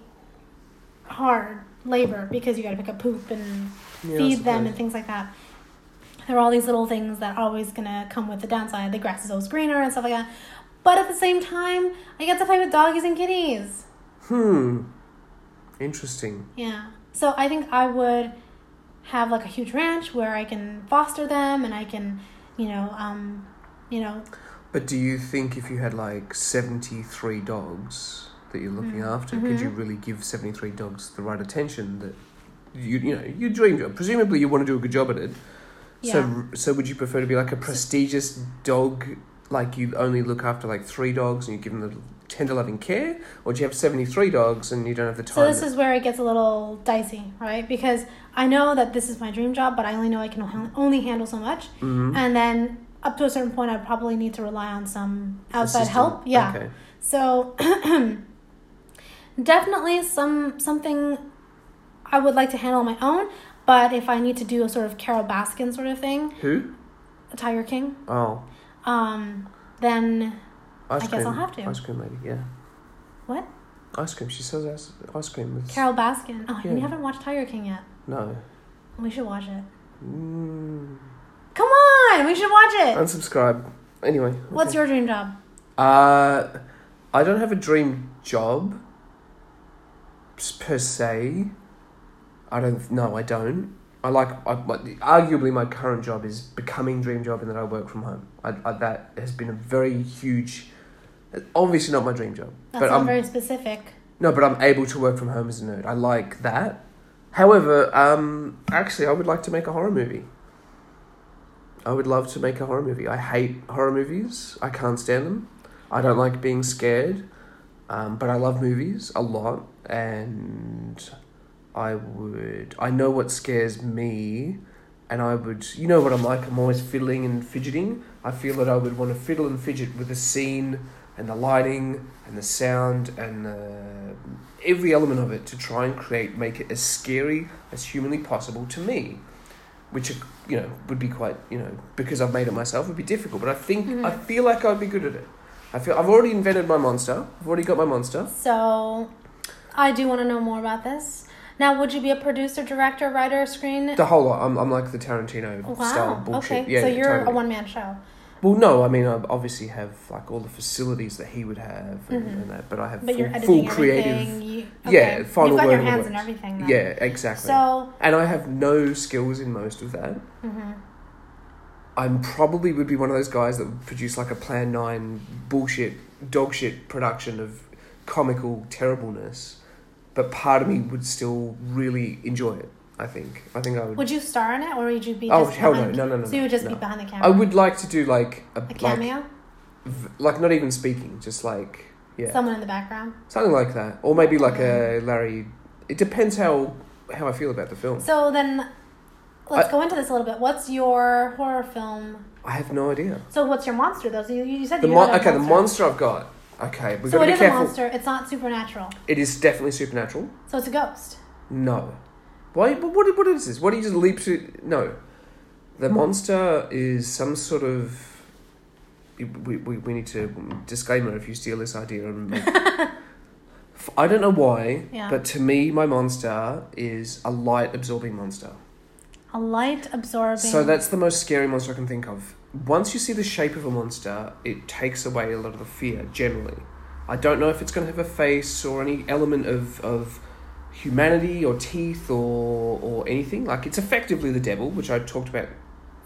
Speaker 1: hard labor because you got to pick up poop and
Speaker 2: Yeah, I
Speaker 1: feed them and
Speaker 2: suppose.
Speaker 1: things like that. There are all these little things that are always gonna come with the downside. The grass is always greener and stuff like that. But at the same time, I get to play with doggies and kitties.
Speaker 2: Hmm. Interesting.
Speaker 1: Yeah. So I think I would have like a huge ranch where I can foster them and I can, you know, um, you know,
Speaker 2: But do you think if you had like seventy-three dogs that you're looking
Speaker 1: Mm.
Speaker 2: after, could
Speaker 1: Mm-hmm.
Speaker 2: you really give seventy-three dogs the right attention that you you know you dream job? Presumably, you want to do a good job at it.
Speaker 1: Yeah.
Speaker 2: So so would you prefer to be like a prestigious dog, like you only look after like three dogs and you give them the tender loving care, or do you have seventy-three dogs and you don't have the
Speaker 1: So
Speaker 2: time?
Speaker 1: this is where it gets a little dicey, right? Because I know that this is my dream job, but I only know I can ha- only handle so much,
Speaker 2: Mhm.
Speaker 1: and then up to a certain point, I probably need to rely on some outside
Speaker 2: Assistant.
Speaker 1: help. Yeah.
Speaker 2: Okay.
Speaker 1: So definitely some something I would like to handle on my own, but if I need to do a sort of Carol Baskin sort of thing,
Speaker 2: Who?
Speaker 1: a Tiger King,
Speaker 2: Oh,
Speaker 1: um, then
Speaker 2: ice
Speaker 1: I
Speaker 2: cream.
Speaker 1: guess I'll have to.
Speaker 2: Ice cream lady. Yeah.
Speaker 1: what?
Speaker 2: Ice cream. She sells ice, ice cream. With,
Speaker 1: Carol Baskin. Oh,
Speaker 2: Yeah.
Speaker 1: we haven't watched Tiger King yet.
Speaker 2: No.
Speaker 1: We should watch it.
Speaker 2: Mm.
Speaker 1: Come on, we should watch it.
Speaker 2: Uh, Unsubscribe. Anyway.
Speaker 1: What's your dream job?
Speaker 2: Uh, I don't have a dream job s- per se. I don't. No, I don't. I like. I, my, arguably, my current job is becoming dream job in that I work from home. I, I, that has been a very huge. Obviously, not my dream job,
Speaker 1: That's
Speaker 2: but um,
Speaker 1: not
Speaker 2: I'm
Speaker 1: very specific.
Speaker 2: no, but I'm able to work from home as a nerd. I like that. However, um, actually, I would like to make a horror movie. I would love to make a horror movie. I hate horror movies. I can't stand them. I don't like being scared. Um, but I love movies a lot, and I would. I know what scares me, and I would. You know what I'm like. I'm always fiddling and fidgeting. I feel that I would want to fiddle and fidget with the scene and the lighting and the sound and uh, every element of it to try and create, make it as scary as humanly possible to me. Which you know would be quite you know because I've made it myself would be difficult, but I think I
Speaker 1: Mhm.
Speaker 2: feel like I'd be good at it. I feel I've already invented my monster. I've already got my monster.
Speaker 1: So, I do want to know more about this. Now, would you be a producer, director, writer, screen?
Speaker 2: The whole lot. I'm, I'm like the Tarantino style
Speaker 1: Wow.
Speaker 2: bullshit.
Speaker 1: Okay.
Speaker 2: Yeah,
Speaker 1: so
Speaker 2: yeah,
Speaker 1: you're a
Speaker 2: totally.
Speaker 1: one man show.
Speaker 2: Well, no, I mean I obviously have like all the facilities that he would have and,
Speaker 1: Mhm.
Speaker 2: and that, but I have
Speaker 1: But
Speaker 2: full,
Speaker 1: you're editing
Speaker 2: full
Speaker 1: everything.
Speaker 2: creative.
Speaker 1: You,
Speaker 2: Yeah, final
Speaker 1: You've got
Speaker 2: word
Speaker 1: your
Speaker 2: on the
Speaker 1: hands in
Speaker 2: works.
Speaker 1: everything. Then.
Speaker 2: Yeah, exactly.
Speaker 1: So,
Speaker 2: and I have no skills in most of that.
Speaker 1: mhm.
Speaker 2: I'm probably would be one of those guys that would produce like a Plan Nine bullshit dog shit production of comical terribleness, but part of me would still really enjoy it. I think. I think I would.
Speaker 1: would you star in it, or would you be?
Speaker 2: oh
Speaker 1: just
Speaker 2: hell no!
Speaker 1: behind-
Speaker 2: No no no.
Speaker 1: So you would just
Speaker 2: no.
Speaker 1: be behind the camera.
Speaker 2: I would like to do like a,
Speaker 1: a
Speaker 2: like
Speaker 1: cameo,
Speaker 2: v- like not even speaking, just like yeah,
Speaker 1: someone in the background.
Speaker 2: something like that, or maybe like a Larry. It depends how how I feel about the film.
Speaker 1: So then, let's
Speaker 2: I-
Speaker 1: go into this a little bit. What's your horror film?
Speaker 2: I have no idea.
Speaker 1: So what's your monster though? So you, you said
Speaker 2: The
Speaker 1: you
Speaker 2: mon-
Speaker 1: had a
Speaker 2: okay, the monster I've got. Okay, we've
Speaker 1: So
Speaker 2: got
Speaker 1: it
Speaker 2: to be
Speaker 1: is a
Speaker 2: careful.
Speaker 1: monster. It's not supernatural.
Speaker 2: It is definitely supernatural.
Speaker 1: So it's a ghost.
Speaker 2: No, why? What what what is this? What do you just leap to? No, the monster is some sort of. We, we, we need to disclaimer if you steal this idea and make F- I don't know why,
Speaker 1: Yeah.
Speaker 2: but to me, my monster is a light absorbing monster.
Speaker 1: A light absorbing.
Speaker 2: So that's the most scary monster I can think of. Once you see the shape of a monster, it takes away a lot of the fear, generally. I don't know if it's going to have a face or any element of, of humanity or teeth or, or anything. Like, it's effectively the devil, which I talked about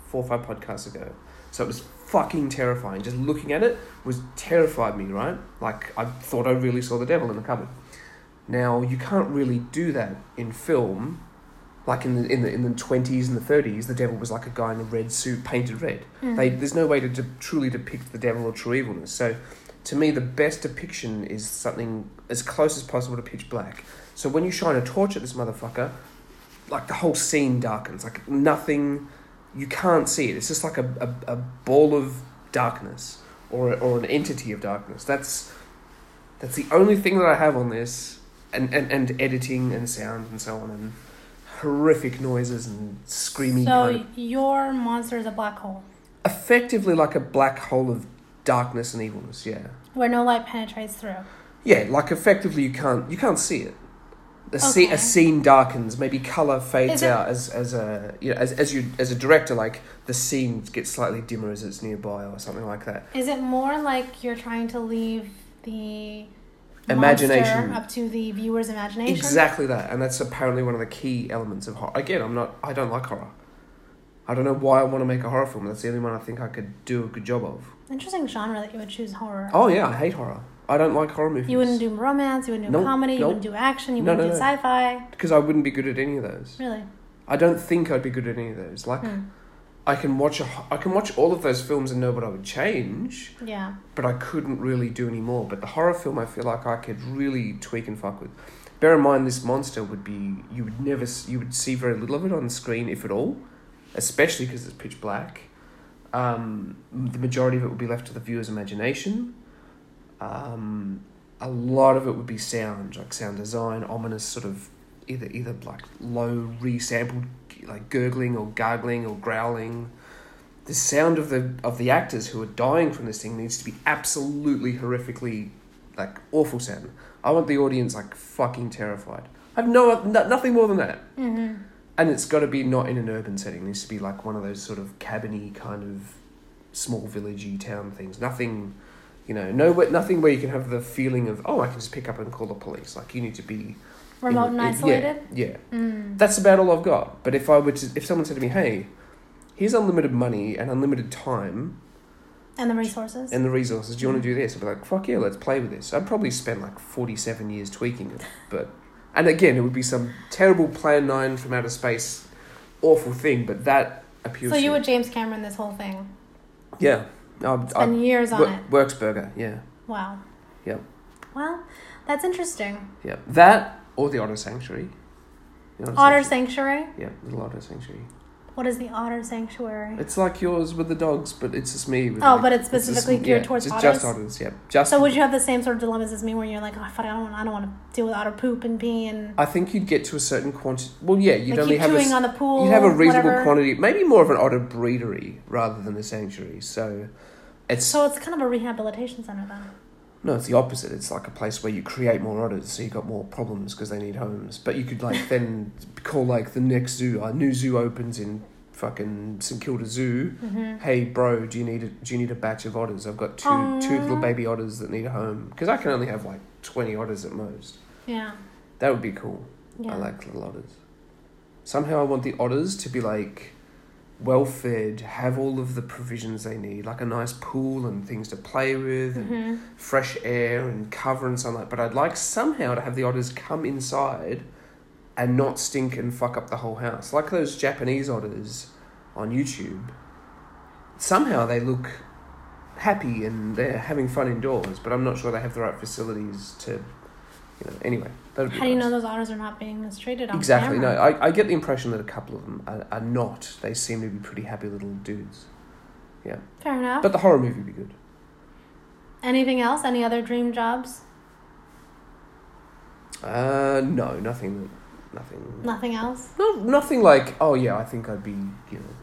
Speaker 2: four or five podcasts ago. So it was fucking terrifying. Just looking at it was terrified me, right? Like, I thought I really saw the devil in the cupboard. Now, you can't really do that in film like in the in the in the twenties and the thirties, the devil was like a guy in a red suit painted red.
Speaker 1: Mm.
Speaker 2: They, there's no way to de- truly depict the devil or true evilness. So, to me, the best depiction is something as close as possible to pitch black. So when you shine a torch at this motherfucker, like the whole scene darkens. Like nothing, you can't see it. It's just like a a, a ball of darkness or or an entity of darkness. That's that's the only thing that I have on this, and and, and editing and sound and so on and horrific noises and screaming. kind of-
Speaker 1: So your monster is a black hole
Speaker 2: effectively like a black hole of darkness and evilness. Yeah,
Speaker 1: where no light penetrates through.
Speaker 2: yeah. Like effectively, you can't you can't see it. A, sce-
Speaker 1: Okay.
Speaker 2: a scene darkens, maybe color fades
Speaker 1: Is it-
Speaker 2: out as as a you know as as you as a director like the scene gets slightly dimmer as it's nearby or something like that.
Speaker 1: Is it more like you're trying to leave the
Speaker 2: Imagination.
Speaker 1: monster up to the viewer's imagination?
Speaker 2: Exactly that, and that's apparently one of the key elements of horror. Again, I'm not I don't like horror. I don't know why I want to make a horror film. That's the only one I think I could do a good job of.
Speaker 1: Interesting genre that you would choose horror.
Speaker 2: Oh yeah, I hate horror. I don't like horror movies.
Speaker 1: You wouldn't do romance, you wouldn't do
Speaker 2: Nope,
Speaker 1: comedy, you
Speaker 2: nope.
Speaker 1: wouldn't do action, you
Speaker 2: No,
Speaker 1: wouldn't
Speaker 2: no,
Speaker 1: do
Speaker 2: no.
Speaker 1: sci-fi.
Speaker 2: because I wouldn't be good at any of those.
Speaker 1: Really?
Speaker 2: I don't think I'd be good at any of those. Like
Speaker 1: Hmm.
Speaker 2: I can watch a, I can watch all of those films and know what I would change,
Speaker 1: Yeah.
Speaker 2: but I couldn't really do any more. But the horror film, I feel like I could really tweak and fuck with. Bear in mind, this monster would be you would never s- you would see very little of it on screen if at all, especially because it's pitch black. Um, the majority of it would be left to the viewer's imagination. Um, a lot of it would be sound, like sound design, ominous sort of either either like low resampled like gurgling or gargling or growling. The sound of the of the actors who are dying from this thing needs to be absolutely horrifically like awful sound. I want the audience like fucking terrified. I've no, no nothing more than that.
Speaker 1: Mm-hmm.
Speaker 2: And it's got to be not in an urban setting. It needs to be like one of those sort of cabiny kind of small villagey town things. Nothing, you know, no, nothing where you can have the feeling of oh, I can just pick up and call the police. Like you need to be in-
Speaker 1: Remote and
Speaker 2: in- yeah,
Speaker 1: isolated?
Speaker 2: Yeah,
Speaker 1: Mm.
Speaker 2: that's about all I've got. But if I were to, if someone said to me, hey, here's unlimited money and unlimited time
Speaker 1: And the resources?
Speaker 2: and the resources, do you want to do this? I'd be like, fuck yeah, let's play with this. I'd probably spend like forty seven years tweaking it, but. And again, it would be some terrible Plan 9 from outer space, awful thing, but that appeals
Speaker 1: so
Speaker 2: to
Speaker 1: you
Speaker 2: me.
Speaker 1: would James Cameron this whole thing.
Speaker 2: Yeah. I, I, Uh,
Speaker 1: Spend years on
Speaker 2: Wo-
Speaker 1: it.
Speaker 2: Works burger, yeah.
Speaker 1: Wow. Well, that's interesting.
Speaker 2: Yeah, that or the otter sanctuary. The
Speaker 1: Otter sanctuary.
Speaker 2: sanctuary. Yeah, little otter sanctuary.
Speaker 1: What is the otter sanctuary?
Speaker 2: It's like yours with the dogs, but it's just me. With
Speaker 1: Oh,
Speaker 2: like-
Speaker 1: but it's
Speaker 2: just-
Speaker 1: specifically geared
Speaker 2: yeah,
Speaker 1: towards
Speaker 2: just, Just
Speaker 1: otters?
Speaker 2: otters, yeah. Just.
Speaker 1: So would you have the same sort of dilemmas as me, where you're like, oh, fuck, I don't, I don't want to deal with otter poop and pee and
Speaker 2: I think you'd get to a certain quantity. Well, yeah, you'd
Speaker 1: they
Speaker 2: only
Speaker 1: keep
Speaker 2: Uh, have a,
Speaker 1: chewing
Speaker 2: s-
Speaker 1: on the pool.
Speaker 2: you'd have a reasonable
Speaker 1: whatever.
Speaker 2: quantity, maybe more of an otter breedery rather than a sanctuary. So, it's
Speaker 1: So it's kind of a rehabilitation center then.
Speaker 2: no, it's the opposite. It's like a place where you create more otters, so you got more problems because they need homes. But you could like then call like the next zoo. Our new zoo opens in fucking St Kilda Zoo.
Speaker 1: Mm-hmm.
Speaker 2: hey bro do you need a do you need a batch of otters i've got two two
Speaker 1: Aw.
Speaker 2: little baby otters that need a home because i can only have like 20 otters at most
Speaker 1: Yeah.
Speaker 2: that would be cool
Speaker 1: Yeah.
Speaker 2: i like little otters somehow i want the otters to be like well fed have all of the provisions they need like a nice pool and things to play with and
Speaker 1: hmm
Speaker 2: fresh air and cover and sunlight but i'd like somehow to have the otters come inside and not stink and fuck up the whole house like those japanese otters on youtube somehow they look happy and they're having fun indoors but i'm not sure they have the right facilities to you know anyway that would be
Speaker 1: How do you
Speaker 2: nice.
Speaker 1: know those otters are not being mistreated on
Speaker 2: exactly no
Speaker 1: camera?
Speaker 2: I, I get the impression that a couple of them are, are not they seem to be pretty happy little dudes
Speaker 1: Fair enough.
Speaker 2: but the horror movie would be good
Speaker 1: Anything else? Any other dream jobs?
Speaker 2: uh no nothing nothing
Speaker 1: Nothing else?
Speaker 2: No, nothing like, oh yeah, I think I'd be, you know,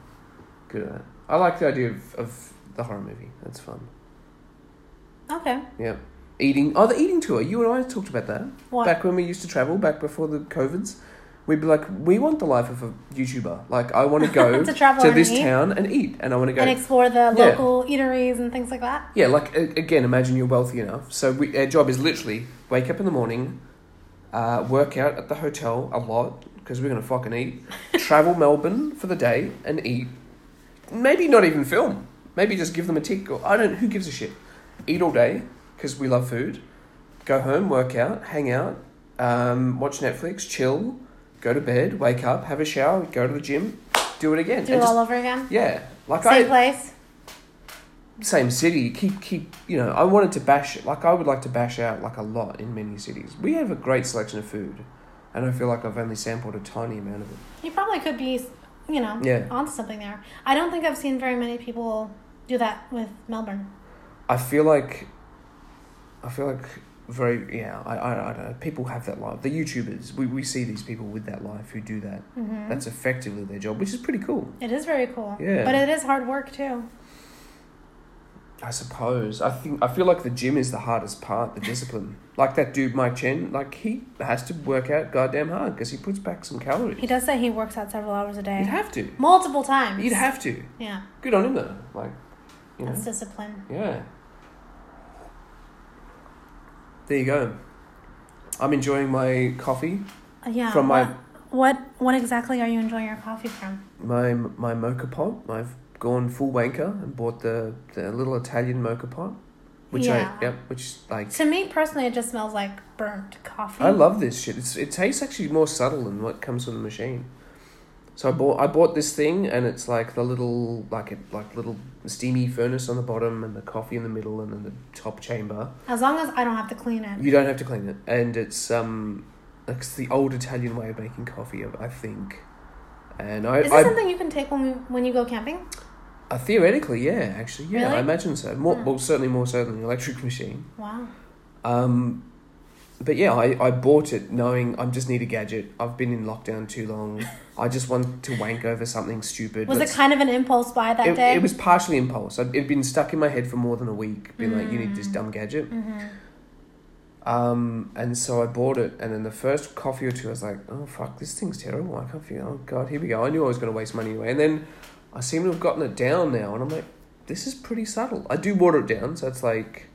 Speaker 2: good at that. I like the idea of, of the horror movie. That's fun.
Speaker 1: Okay.
Speaker 2: Yeah. Eating. Oh, the eating tour. You and I talked about that.
Speaker 1: What?
Speaker 2: Back when we used to travel, back before the COVIDs. We'd be like, we want the life of a YouTuber. Like, I want to go
Speaker 1: to travel
Speaker 2: to
Speaker 1: and
Speaker 2: this
Speaker 1: eat
Speaker 2: town and eat. And I want to go.
Speaker 1: and explore the
Speaker 2: Yeah.
Speaker 1: local eateries and things like that.
Speaker 2: yeah, like, a- again, imagine you're wealthy enough. So we, our job is literally wake up in the morning, uh, work out at the hotel a lot, because we're going to fucking eat. travel Melbourne for the day and eat. Maybe not even film. Maybe just give them a tick or I don't. Who gives a shit? Eat all day because we love food. Go home, work out, hang out, um, watch Netflix, chill, go to bed, wake up, have a shower, go to the gym, do it again.
Speaker 1: Do it
Speaker 2: And just-
Speaker 1: all over again.
Speaker 2: yeah, like
Speaker 1: Same
Speaker 2: I
Speaker 1: place.
Speaker 2: same city. Keep keep you know. I wanted to bash it. Like I would like to bash out like a lot in many cities. We have a great selection of food, and I feel like I've only sampled a tiny amount of it.
Speaker 1: You probably could be, you know,
Speaker 2: Yeah.
Speaker 1: onto something there. I don't think I've seen very many people do that with Melbourne.
Speaker 2: I feel like, I feel like very yeah. I I, I don't know. People have that life. The YouTubers we, we see these people with that life who do that.
Speaker 1: hmm
Speaker 2: That's effectively their job, which is pretty cool.
Speaker 1: It is very cool.
Speaker 2: Yeah.
Speaker 1: But it is hard work too.
Speaker 2: I suppose. I think I feel like the gym is the hardest part. The discipline, like that dude Mike Chen, like he has to work out goddamn hard because he puts back some calories.
Speaker 1: He does say he works out several hours a
Speaker 2: You'd
Speaker 1: day.
Speaker 2: have to.
Speaker 1: Multiple times.
Speaker 2: You'd have to.
Speaker 1: Yeah.
Speaker 2: Good on him though. Like, you know.
Speaker 1: That's discipline.
Speaker 2: Yeah. There you go. I'm enjoying my coffee.
Speaker 1: Uh, Yeah.
Speaker 2: From my-
Speaker 1: what, what what exactly are you enjoying your coffee from?
Speaker 2: my my mocha pot. I've gone full wanker and bought the, the little Italian mocha pot, which
Speaker 1: Yeah.
Speaker 2: I yep, which like
Speaker 1: To me personally, it just smells like burnt coffee.
Speaker 2: I love this shit. It's it tastes actually more subtle than what comes from the machine. So I bought I bought this thing and it's like the little like a like little steamy furnace on the bottom and the coffee in the middle and then the top chamber.
Speaker 1: As long as I don't have to clean it.
Speaker 2: You don't have to clean it, and it's um it's the old Italian way of making coffee, I I think. And I
Speaker 1: Is this
Speaker 2: I,
Speaker 1: something you can take when we, when you go camping?
Speaker 2: Uh, theoretically, yeah, actually, yeah,
Speaker 1: Really?
Speaker 2: I imagine so. More,
Speaker 1: Hmm.
Speaker 2: Well, certainly more so than an electric machine.
Speaker 1: Wow.
Speaker 2: Um, but yeah, I, I bought it knowing I just need a gadget. I've been in lockdown too long. I just want to wank over something stupid.
Speaker 1: Was it
Speaker 2: Let's-
Speaker 1: kind of an impulse buy that
Speaker 2: it,
Speaker 1: day?
Speaker 2: it was partially impulse. I'd, it'd been stuck in my head for more than a week, being like, you need this
Speaker 1: Mm.
Speaker 2: dumb gadget.
Speaker 1: hmm
Speaker 2: Um, and so I bought it, and then the first coffee or two, I was like, "Oh fuck, this thing's terrible. I can't figure. Oh god, here we go. I knew I was going to waste money anyway." And then I seem to have gotten it down now, and I'm like, "This is pretty subtle." I do water it down, so it's like,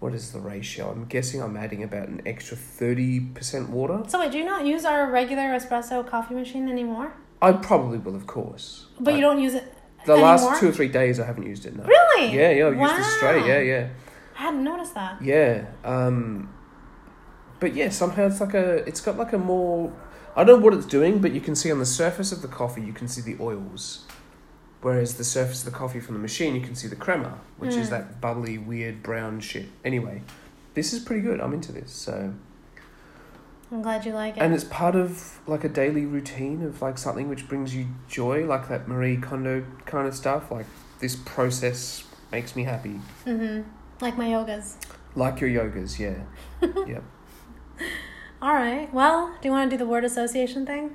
Speaker 2: what is the ratio? I'm guessing I'm adding about an extra thirty percent water.
Speaker 1: So wait, do you not use our regular espresso coffee machine anymore?
Speaker 2: I probably will, of course.
Speaker 1: But you
Speaker 2: Like,
Speaker 1: don't use it.
Speaker 2: Uh, The last
Speaker 1: anymore?
Speaker 2: two or three days, I haven't used it. No.
Speaker 1: Really?
Speaker 2: Yeah, yeah, I've used it straight.
Speaker 1: Wow.
Speaker 2: Yeah, yeah.
Speaker 1: I hadn't noticed that.
Speaker 2: Yeah. Um, but yeah, somehow it's like a, it's got like a more, I don't know what it's doing, but you can see on the surface of the coffee, you can see the oils. Whereas the surface of the coffee from the machine, you can see the crema, which is
Speaker 1: Mm.
Speaker 2: that bubbly, weird brown shit. Anyway, this is pretty good. I'm into this. So,
Speaker 1: I'm glad you like it.
Speaker 2: and it's part of like a daily routine of like something which brings you joy, like that Marie Kondo kind of stuff. Like this process makes me happy.
Speaker 1: hmm Like my yogas.
Speaker 2: Like your yogas, yeah. yep.
Speaker 1: All right. Well, do you want to do the word association thing?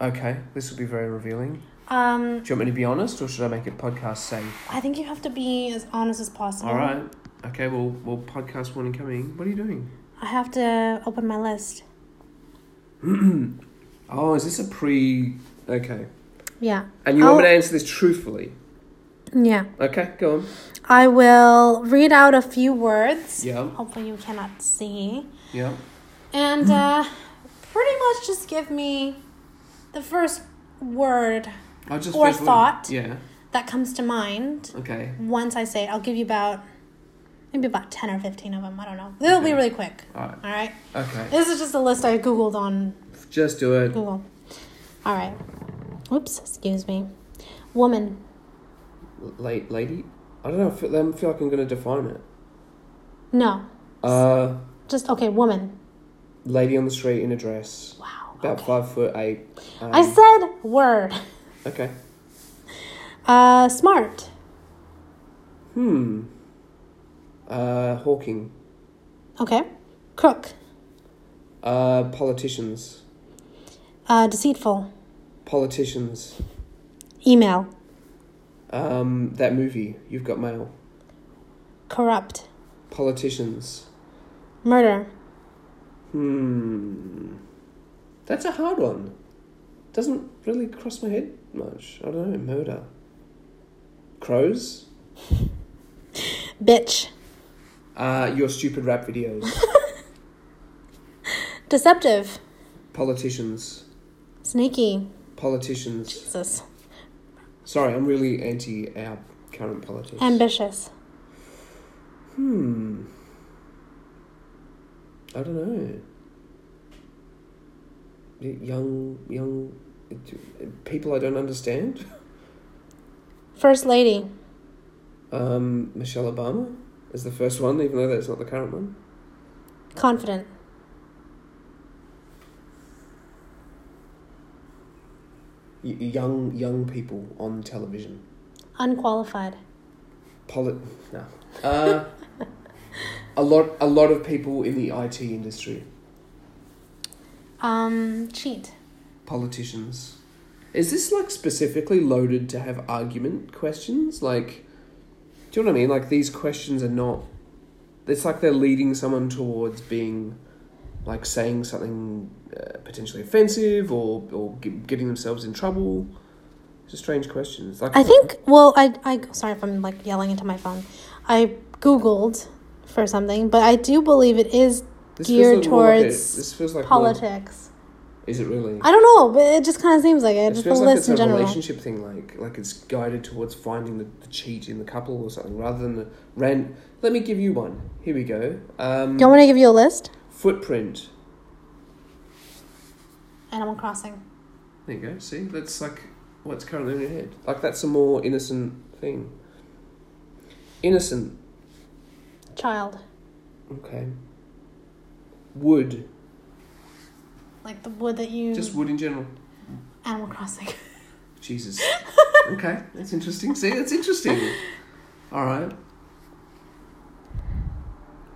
Speaker 2: Okay, this will be very revealing.
Speaker 1: Um,
Speaker 2: Do you want me to be honest, or should I make it podcast safe?
Speaker 1: I think you have to be as honest as possible.
Speaker 2: All right. Okay. Well, well, podcast warning coming. What are you doing?
Speaker 1: I have to open my list.
Speaker 2: Oh, is this a pre? Okay.
Speaker 1: Yeah.
Speaker 2: And you want me
Speaker 1: I'll-
Speaker 2: to answer this truthfully?
Speaker 1: Yeah.
Speaker 2: Okay, go on.
Speaker 1: I will read out a few words.
Speaker 2: Yeah.
Speaker 1: Hopefully you cannot see.
Speaker 2: Yeah.
Speaker 1: And uh, pretty much just give me the first word
Speaker 2: I just
Speaker 1: Or
Speaker 2: basically-
Speaker 1: thought.
Speaker 2: Yeah.
Speaker 1: that comes to mind.
Speaker 2: Okay.
Speaker 1: Once I say it, I'll give you about maybe about 10 or 15 of them. I don't know. They'll be
Speaker 2: Okay.
Speaker 1: really quick.
Speaker 2: All right.
Speaker 1: All right.
Speaker 2: Okay.
Speaker 1: This is just a list I Googled on
Speaker 2: Just do it.
Speaker 1: Google. All right. Oops, excuse me. Woman.
Speaker 2: Late lady. I don't know. I feel, I feel like I'm gonna define it.
Speaker 1: No.
Speaker 2: Uh,
Speaker 1: Just okay, woman.
Speaker 2: lady on the street in a dress,
Speaker 1: Wow.
Speaker 2: about five foot eight. Um,
Speaker 1: I said word.
Speaker 2: okay.
Speaker 1: Uh smart.
Speaker 2: Hmm. Uh, Hawking.
Speaker 1: Okay. Crook.
Speaker 2: Uh, politicians.
Speaker 1: Uh deceitful.
Speaker 2: Politicians.
Speaker 1: Email.
Speaker 2: Um, that movie. You've got mail.
Speaker 1: Corrupt.
Speaker 2: Politicians.
Speaker 1: Murder.
Speaker 2: Hmm. That's a hard one. Doesn't really cross my head much. I don't know. Murder. Crows?
Speaker 1: Bitch.
Speaker 2: Uh, your stupid rap videos.
Speaker 1: Deceptive.
Speaker 2: Politicians.
Speaker 1: Sneaky.
Speaker 2: Politicians.
Speaker 1: Jesus.
Speaker 2: Sorry, I'm really anti our current politics.
Speaker 1: Ambitious.
Speaker 2: hmm. I don't know. Y- Young, young people I don't understand.
Speaker 1: First lady.
Speaker 2: Um, Michelle Obama is the first one, even though that's not the current one.
Speaker 1: Confident.
Speaker 2: Y- young young people on television.
Speaker 1: Unqualified.
Speaker 2: Polit no. Uh, a lot a lot of people in the IT industry.
Speaker 1: Um cheat.
Speaker 2: Politicians. Is this like specifically loaded to have argument questions? Like do you know what I mean? Like these questions are not it's like they're leading someone towards being like saying something uh, potentially offensive or or ge- getting themselves in trouble. It's a strange question. It's like
Speaker 1: I think. Well, I I sorry if I'm like yelling into my phone. I googled for something, but I do believe it is
Speaker 2: this feels
Speaker 1: geared
Speaker 2: like more like a-
Speaker 1: towards
Speaker 2: this feels like more-
Speaker 1: politics.
Speaker 2: Is it really?
Speaker 1: I don't know, but it just kind of seems like it.
Speaker 2: It
Speaker 1: Just
Speaker 2: feels
Speaker 1: the
Speaker 2: like
Speaker 1: list
Speaker 2: it's a
Speaker 1: in general.
Speaker 2: relationship thing, like like it's guided towards finding the, the cheat in the couple or something, rather than the rent. Let me give you one. Here we go. Um,
Speaker 1: Do you want me to give you a list?
Speaker 2: footprint.
Speaker 1: Animal Crossing.
Speaker 2: There you go. See, that's like what's currently in your head. Like that's a more innocent thing. Innocent.
Speaker 1: Child.
Speaker 2: Okay. Wood.
Speaker 1: Like the wood that you.
Speaker 2: Just wood in general.
Speaker 1: Animal Crossing.
Speaker 2: Jesus. okay, that's interesting. See, that's interesting. All right.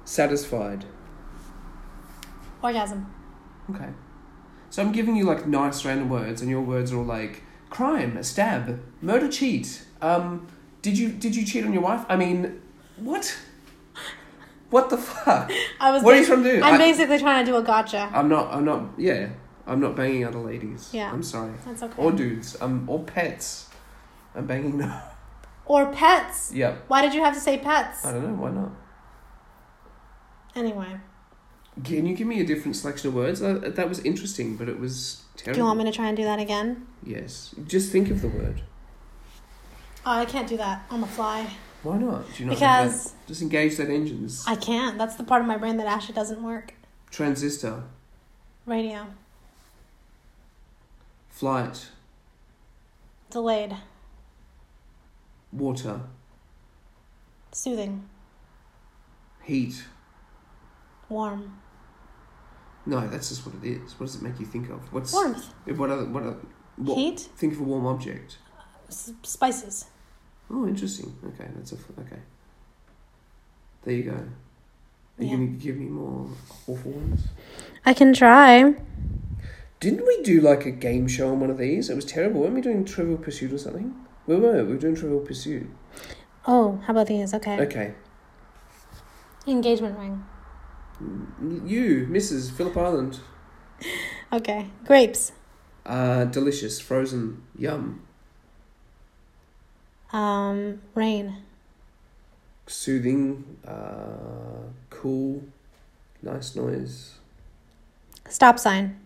Speaker 2: Satisfied.
Speaker 1: Orgasm.
Speaker 2: Okay. So I'm giving you like nice random words, and your words are all like crime, a stab, murder, cheat. Um, did you did you cheat on your wife? I mean, what? What the fuck?
Speaker 1: I was.
Speaker 2: What are you
Speaker 1: bas-
Speaker 2: trying to do?
Speaker 1: I'm
Speaker 2: I-
Speaker 1: basically trying to do a gotcha.
Speaker 2: I'm not. I'm not. Yeah, I'm not banging other ladies.
Speaker 1: Yeah.
Speaker 2: I'm sorry.
Speaker 1: That's okay.
Speaker 2: Or dudes. Um. Or pets. I'm banging them.
Speaker 1: Or pets.
Speaker 2: yeah.
Speaker 1: Why did you have to say pets?
Speaker 2: I don't know. Why not?
Speaker 1: Anyway,
Speaker 2: Can you give me a different selection of words? Uh, that was interesting, but it was
Speaker 1: do
Speaker 2: terrible.
Speaker 1: you want me to try and do that again?
Speaker 2: Yes. Just think of the word.
Speaker 1: Oh, I can't do that on the fly.
Speaker 2: Why not? Do you not have that-
Speaker 1: Because
Speaker 2: just engage that engines.
Speaker 1: I can't. That's the part of my brain that actually doesn't work.
Speaker 2: Transistor,
Speaker 1: Radio.
Speaker 2: flight,
Speaker 1: Delayed.
Speaker 2: water,
Speaker 1: Soothing.
Speaker 2: heat,
Speaker 1: Warm.
Speaker 2: No, that's just what it is. What does it make you think of? What's
Speaker 1: Warmth.
Speaker 2: what other what other what,
Speaker 1: Heat.
Speaker 2: think of a warm object?
Speaker 1: S- spices.
Speaker 2: Oh, interesting. Okay, that's a f- okay. There you go. Are you
Speaker 1: Yeah.
Speaker 2: gonna give me more awful ones?
Speaker 1: I can try.
Speaker 2: Didn't we do like a game show on one of these? It was terrible. Weren't we doing Trivial Pursuit or something? We were. We were doing Trivial Pursuit.
Speaker 1: Oh, how about these? Okay.
Speaker 2: Okay.
Speaker 1: Engagement ring.
Speaker 2: Mm, You, Mrs. Phillip Island.
Speaker 1: Okay. Grapes.
Speaker 2: Uh, delicious, frozen, yum,
Speaker 1: Um, rain.
Speaker 2: soothing, uh, cool, nice noise.
Speaker 1: Stop sign.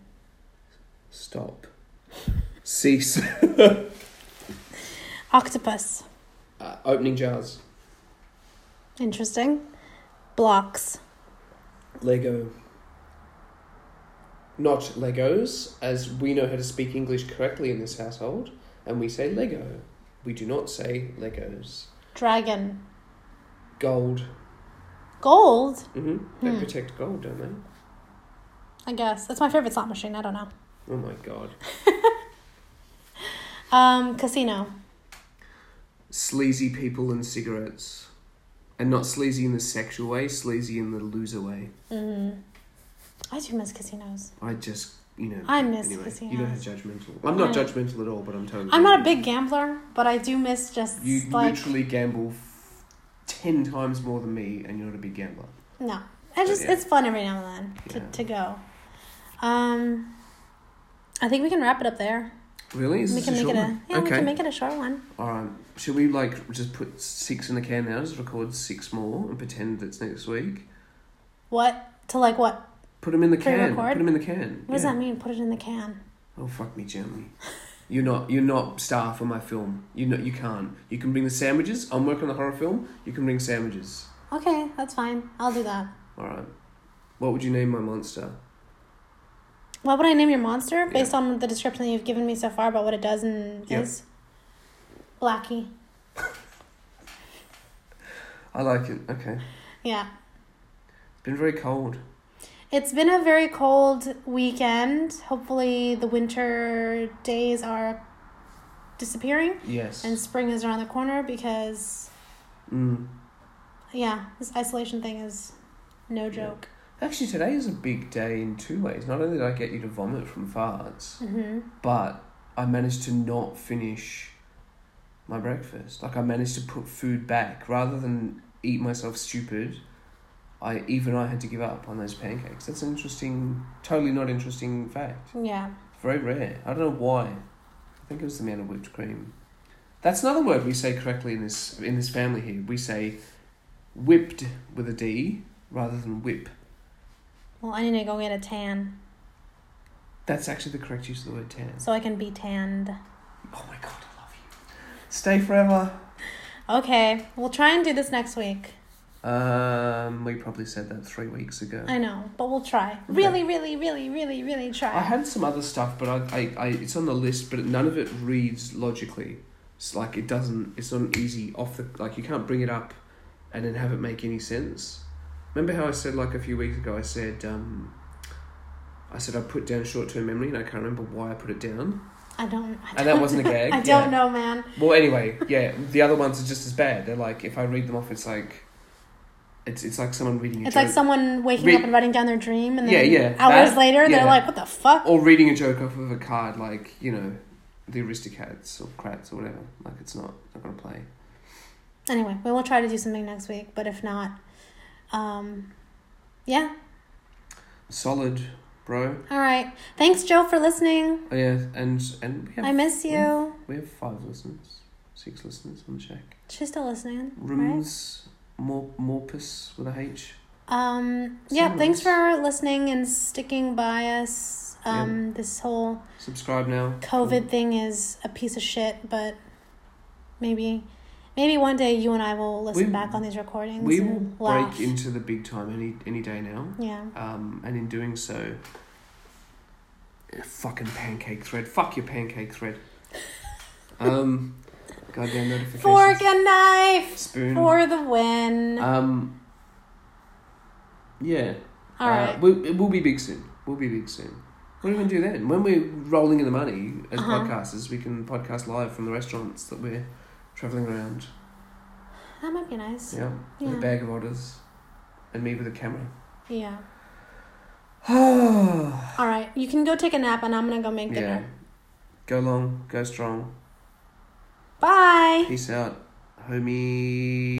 Speaker 2: Stop. Cease.
Speaker 1: Octopus.
Speaker 2: Uh, opening jars.
Speaker 1: Interesting. Blocks.
Speaker 2: Lego. Not Legos, as we know how to speak English correctly in this household, and we say Lego. We do not say Legos.
Speaker 1: Dragon.
Speaker 2: Gold.
Speaker 1: Gold.
Speaker 2: hmm They
Speaker 1: Hmm.
Speaker 2: protect gold, don't they?
Speaker 1: I guess that's my favorite slot machine. I don't know.
Speaker 2: Oh my god.
Speaker 1: Um, casino.
Speaker 2: Sleazy people and cigarettes. And not sleazy in the sexual way, sleazy in the loser way.
Speaker 1: Mm. I do miss casinos.
Speaker 2: I just, you know.
Speaker 1: I miss
Speaker 2: anyway,
Speaker 1: casinos.
Speaker 2: You know how judgmental. I'm not
Speaker 1: Yeah.
Speaker 2: judgmental at all, but I'm totally.
Speaker 1: I'm not a big gambler, but I do miss just
Speaker 2: You
Speaker 1: like
Speaker 2: literally gamble f- ten times more than me, and you're not a big gambler.
Speaker 1: no. It's just
Speaker 2: yeah.
Speaker 1: it's fun every now and then to,
Speaker 2: Yeah.
Speaker 1: to go. Um, I think we can wrap it up there.
Speaker 2: Really? Is
Speaker 1: we
Speaker 2: this
Speaker 1: can
Speaker 2: a
Speaker 1: make
Speaker 2: short
Speaker 1: it a
Speaker 2: one?
Speaker 1: yeah. We
Speaker 2: Okay.
Speaker 1: can make it a short one.
Speaker 2: All right. Should we like just put six in the can now? Just record six more and pretend it's next week.
Speaker 1: What to like? What
Speaker 2: Put them in the can.
Speaker 1: Pre-record?
Speaker 2: Put them in the can.
Speaker 1: what does
Speaker 2: Yeah.
Speaker 1: that mean? Put it in the can.
Speaker 2: Oh fuck me, Jeremy. You're not you're not star for my film. You know you can't. You can bring the sandwiches. I'm working on the horror film. You can bring sandwiches.
Speaker 1: Okay, that's fine. I'll do that.
Speaker 2: All right. What would you name my monster?
Speaker 1: What would I name your monster based on the description that you've given me so far about what it does and
Speaker 2: Yeah.
Speaker 1: is? Blackie.
Speaker 2: I like it. Okay.
Speaker 1: Yeah.
Speaker 2: It's been very cold.
Speaker 1: It's been a very cold weekend. Hopefully, the winter days are disappearing
Speaker 2: Yes.
Speaker 1: and spring is around the corner because,
Speaker 2: Mm.
Speaker 1: yeah, this isolation thing is no joke.
Speaker 2: Actually, today is a big day in two ways. Not only did I get you to vomit from farts,
Speaker 1: hmm
Speaker 2: but I managed to not finish my breakfast. Like I managed to put food back rather than eat myself stupid. I even I had to give up on those pancakes. That's an interesting, totally not interesting fact.
Speaker 1: Yeah.
Speaker 2: Very rare. I don't know why. I think it was the amount of whipped cream. That's another word we say correctly in this in this family here. We say whipped with a D rather than whip.
Speaker 1: Well, I need to go get a tan
Speaker 2: That's actually the correct use of the word tan.
Speaker 1: so I can be tanned.
Speaker 2: Oh my god, I love you. Stay forever.
Speaker 1: Okay, we'll try and do this next week.
Speaker 2: Um, we probably said that three weeks ago.
Speaker 1: I know, but we'll try. Really, really, really, really, really try.
Speaker 2: I had some other stuff, but I, I, I, it's on the list, but none of it reads logically. It's like it doesn't. It's not an easy off the. Like you can't bring it up, and then have it make any sense. Remember how I said like a few weeks ago? I said, um, I said I put down short term memory, and I can't remember why I put it down.
Speaker 1: I don't. I don't
Speaker 2: And that wasn't a gag.
Speaker 1: I
Speaker 2: yeah.
Speaker 1: don't know, man.
Speaker 2: Well, anyway, yeah, the other ones are just as bad. They're like if I read them off, it's like, it's it's like someone reading. a
Speaker 1: It's like
Speaker 2: joke.
Speaker 1: someone waking
Speaker 2: Re-
Speaker 1: up and writing down their dream, and
Speaker 2: Yeah,
Speaker 1: then
Speaker 2: yeah,
Speaker 1: hours
Speaker 2: that-
Speaker 1: later
Speaker 2: yeah. Oh.
Speaker 1: they're like, "What the fuck?"
Speaker 2: or reading a joke off of a card like you know the aristocrats or crats or whatever like it's not not gonna play
Speaker 1: Anyway, we will try to do something next week, but if not, um, yeah,
Speaker 2: solid bro
Speaker 1: all right. Thanks, Joe, for listening.
Speaker 2: oh, yeah and and we have
Speaker 1: I miss you.
Speaker 2: we have five listeners six listeners on the shack
Speaker 1: She's still listening, right?
Speaker 2: rooms more morpus with a h
Speaker 1: Um,
Speaker 2: So
Speaker 1: yeah.
Speaker 2: nice.
Speaker 1: Thanks for listening and sticking by us. Um, this whole
Speaker 2: subscribe now
Speaker 1: COVID thing is a piece of shit, but maybe, maybe one day you and I will listen
Speaker 2: We-
Speaker 1: back on these recordings
Speaker 2: we will
Speaker 1: and
Speaker 2: break
Speaker 1: laugh.
Speaker 2: into the big time any any day now
Speaker 1: yeah.
Speaker 2: um and in doing so eh, fucking pancake thread fuck your pancake thread um goddamn notifications
Speaker 1: Fork and knife
Speaker 2: spoon
Speaker 1: for the win.
Speaker 2: Um. Yeah.
Speaker 1: All right.
Speaker 2: we'll, it will be big soon. We'll be big soon. What are we going to do then? When we're rolling in the money as
Speaker 1: Uh-huh.
Speaker 2: podcasters, we can podcast live from the restaurants that we're travelling around.
Speaker 1: that might be nice.
Speaker 2: Yeah. With
Speaker 1: Yeah.
Speaker 2: a bag of orders. And me with a camera.
Speaker 1: Yeah.
Speaker 2: yeah.
Speaker 1: All right. You can go take a nap, and I'm gonna go make dinner.
Speaker 2: Go long, go strong.
Speaker 1: Bye.
Speaker 2: Peace out, homie.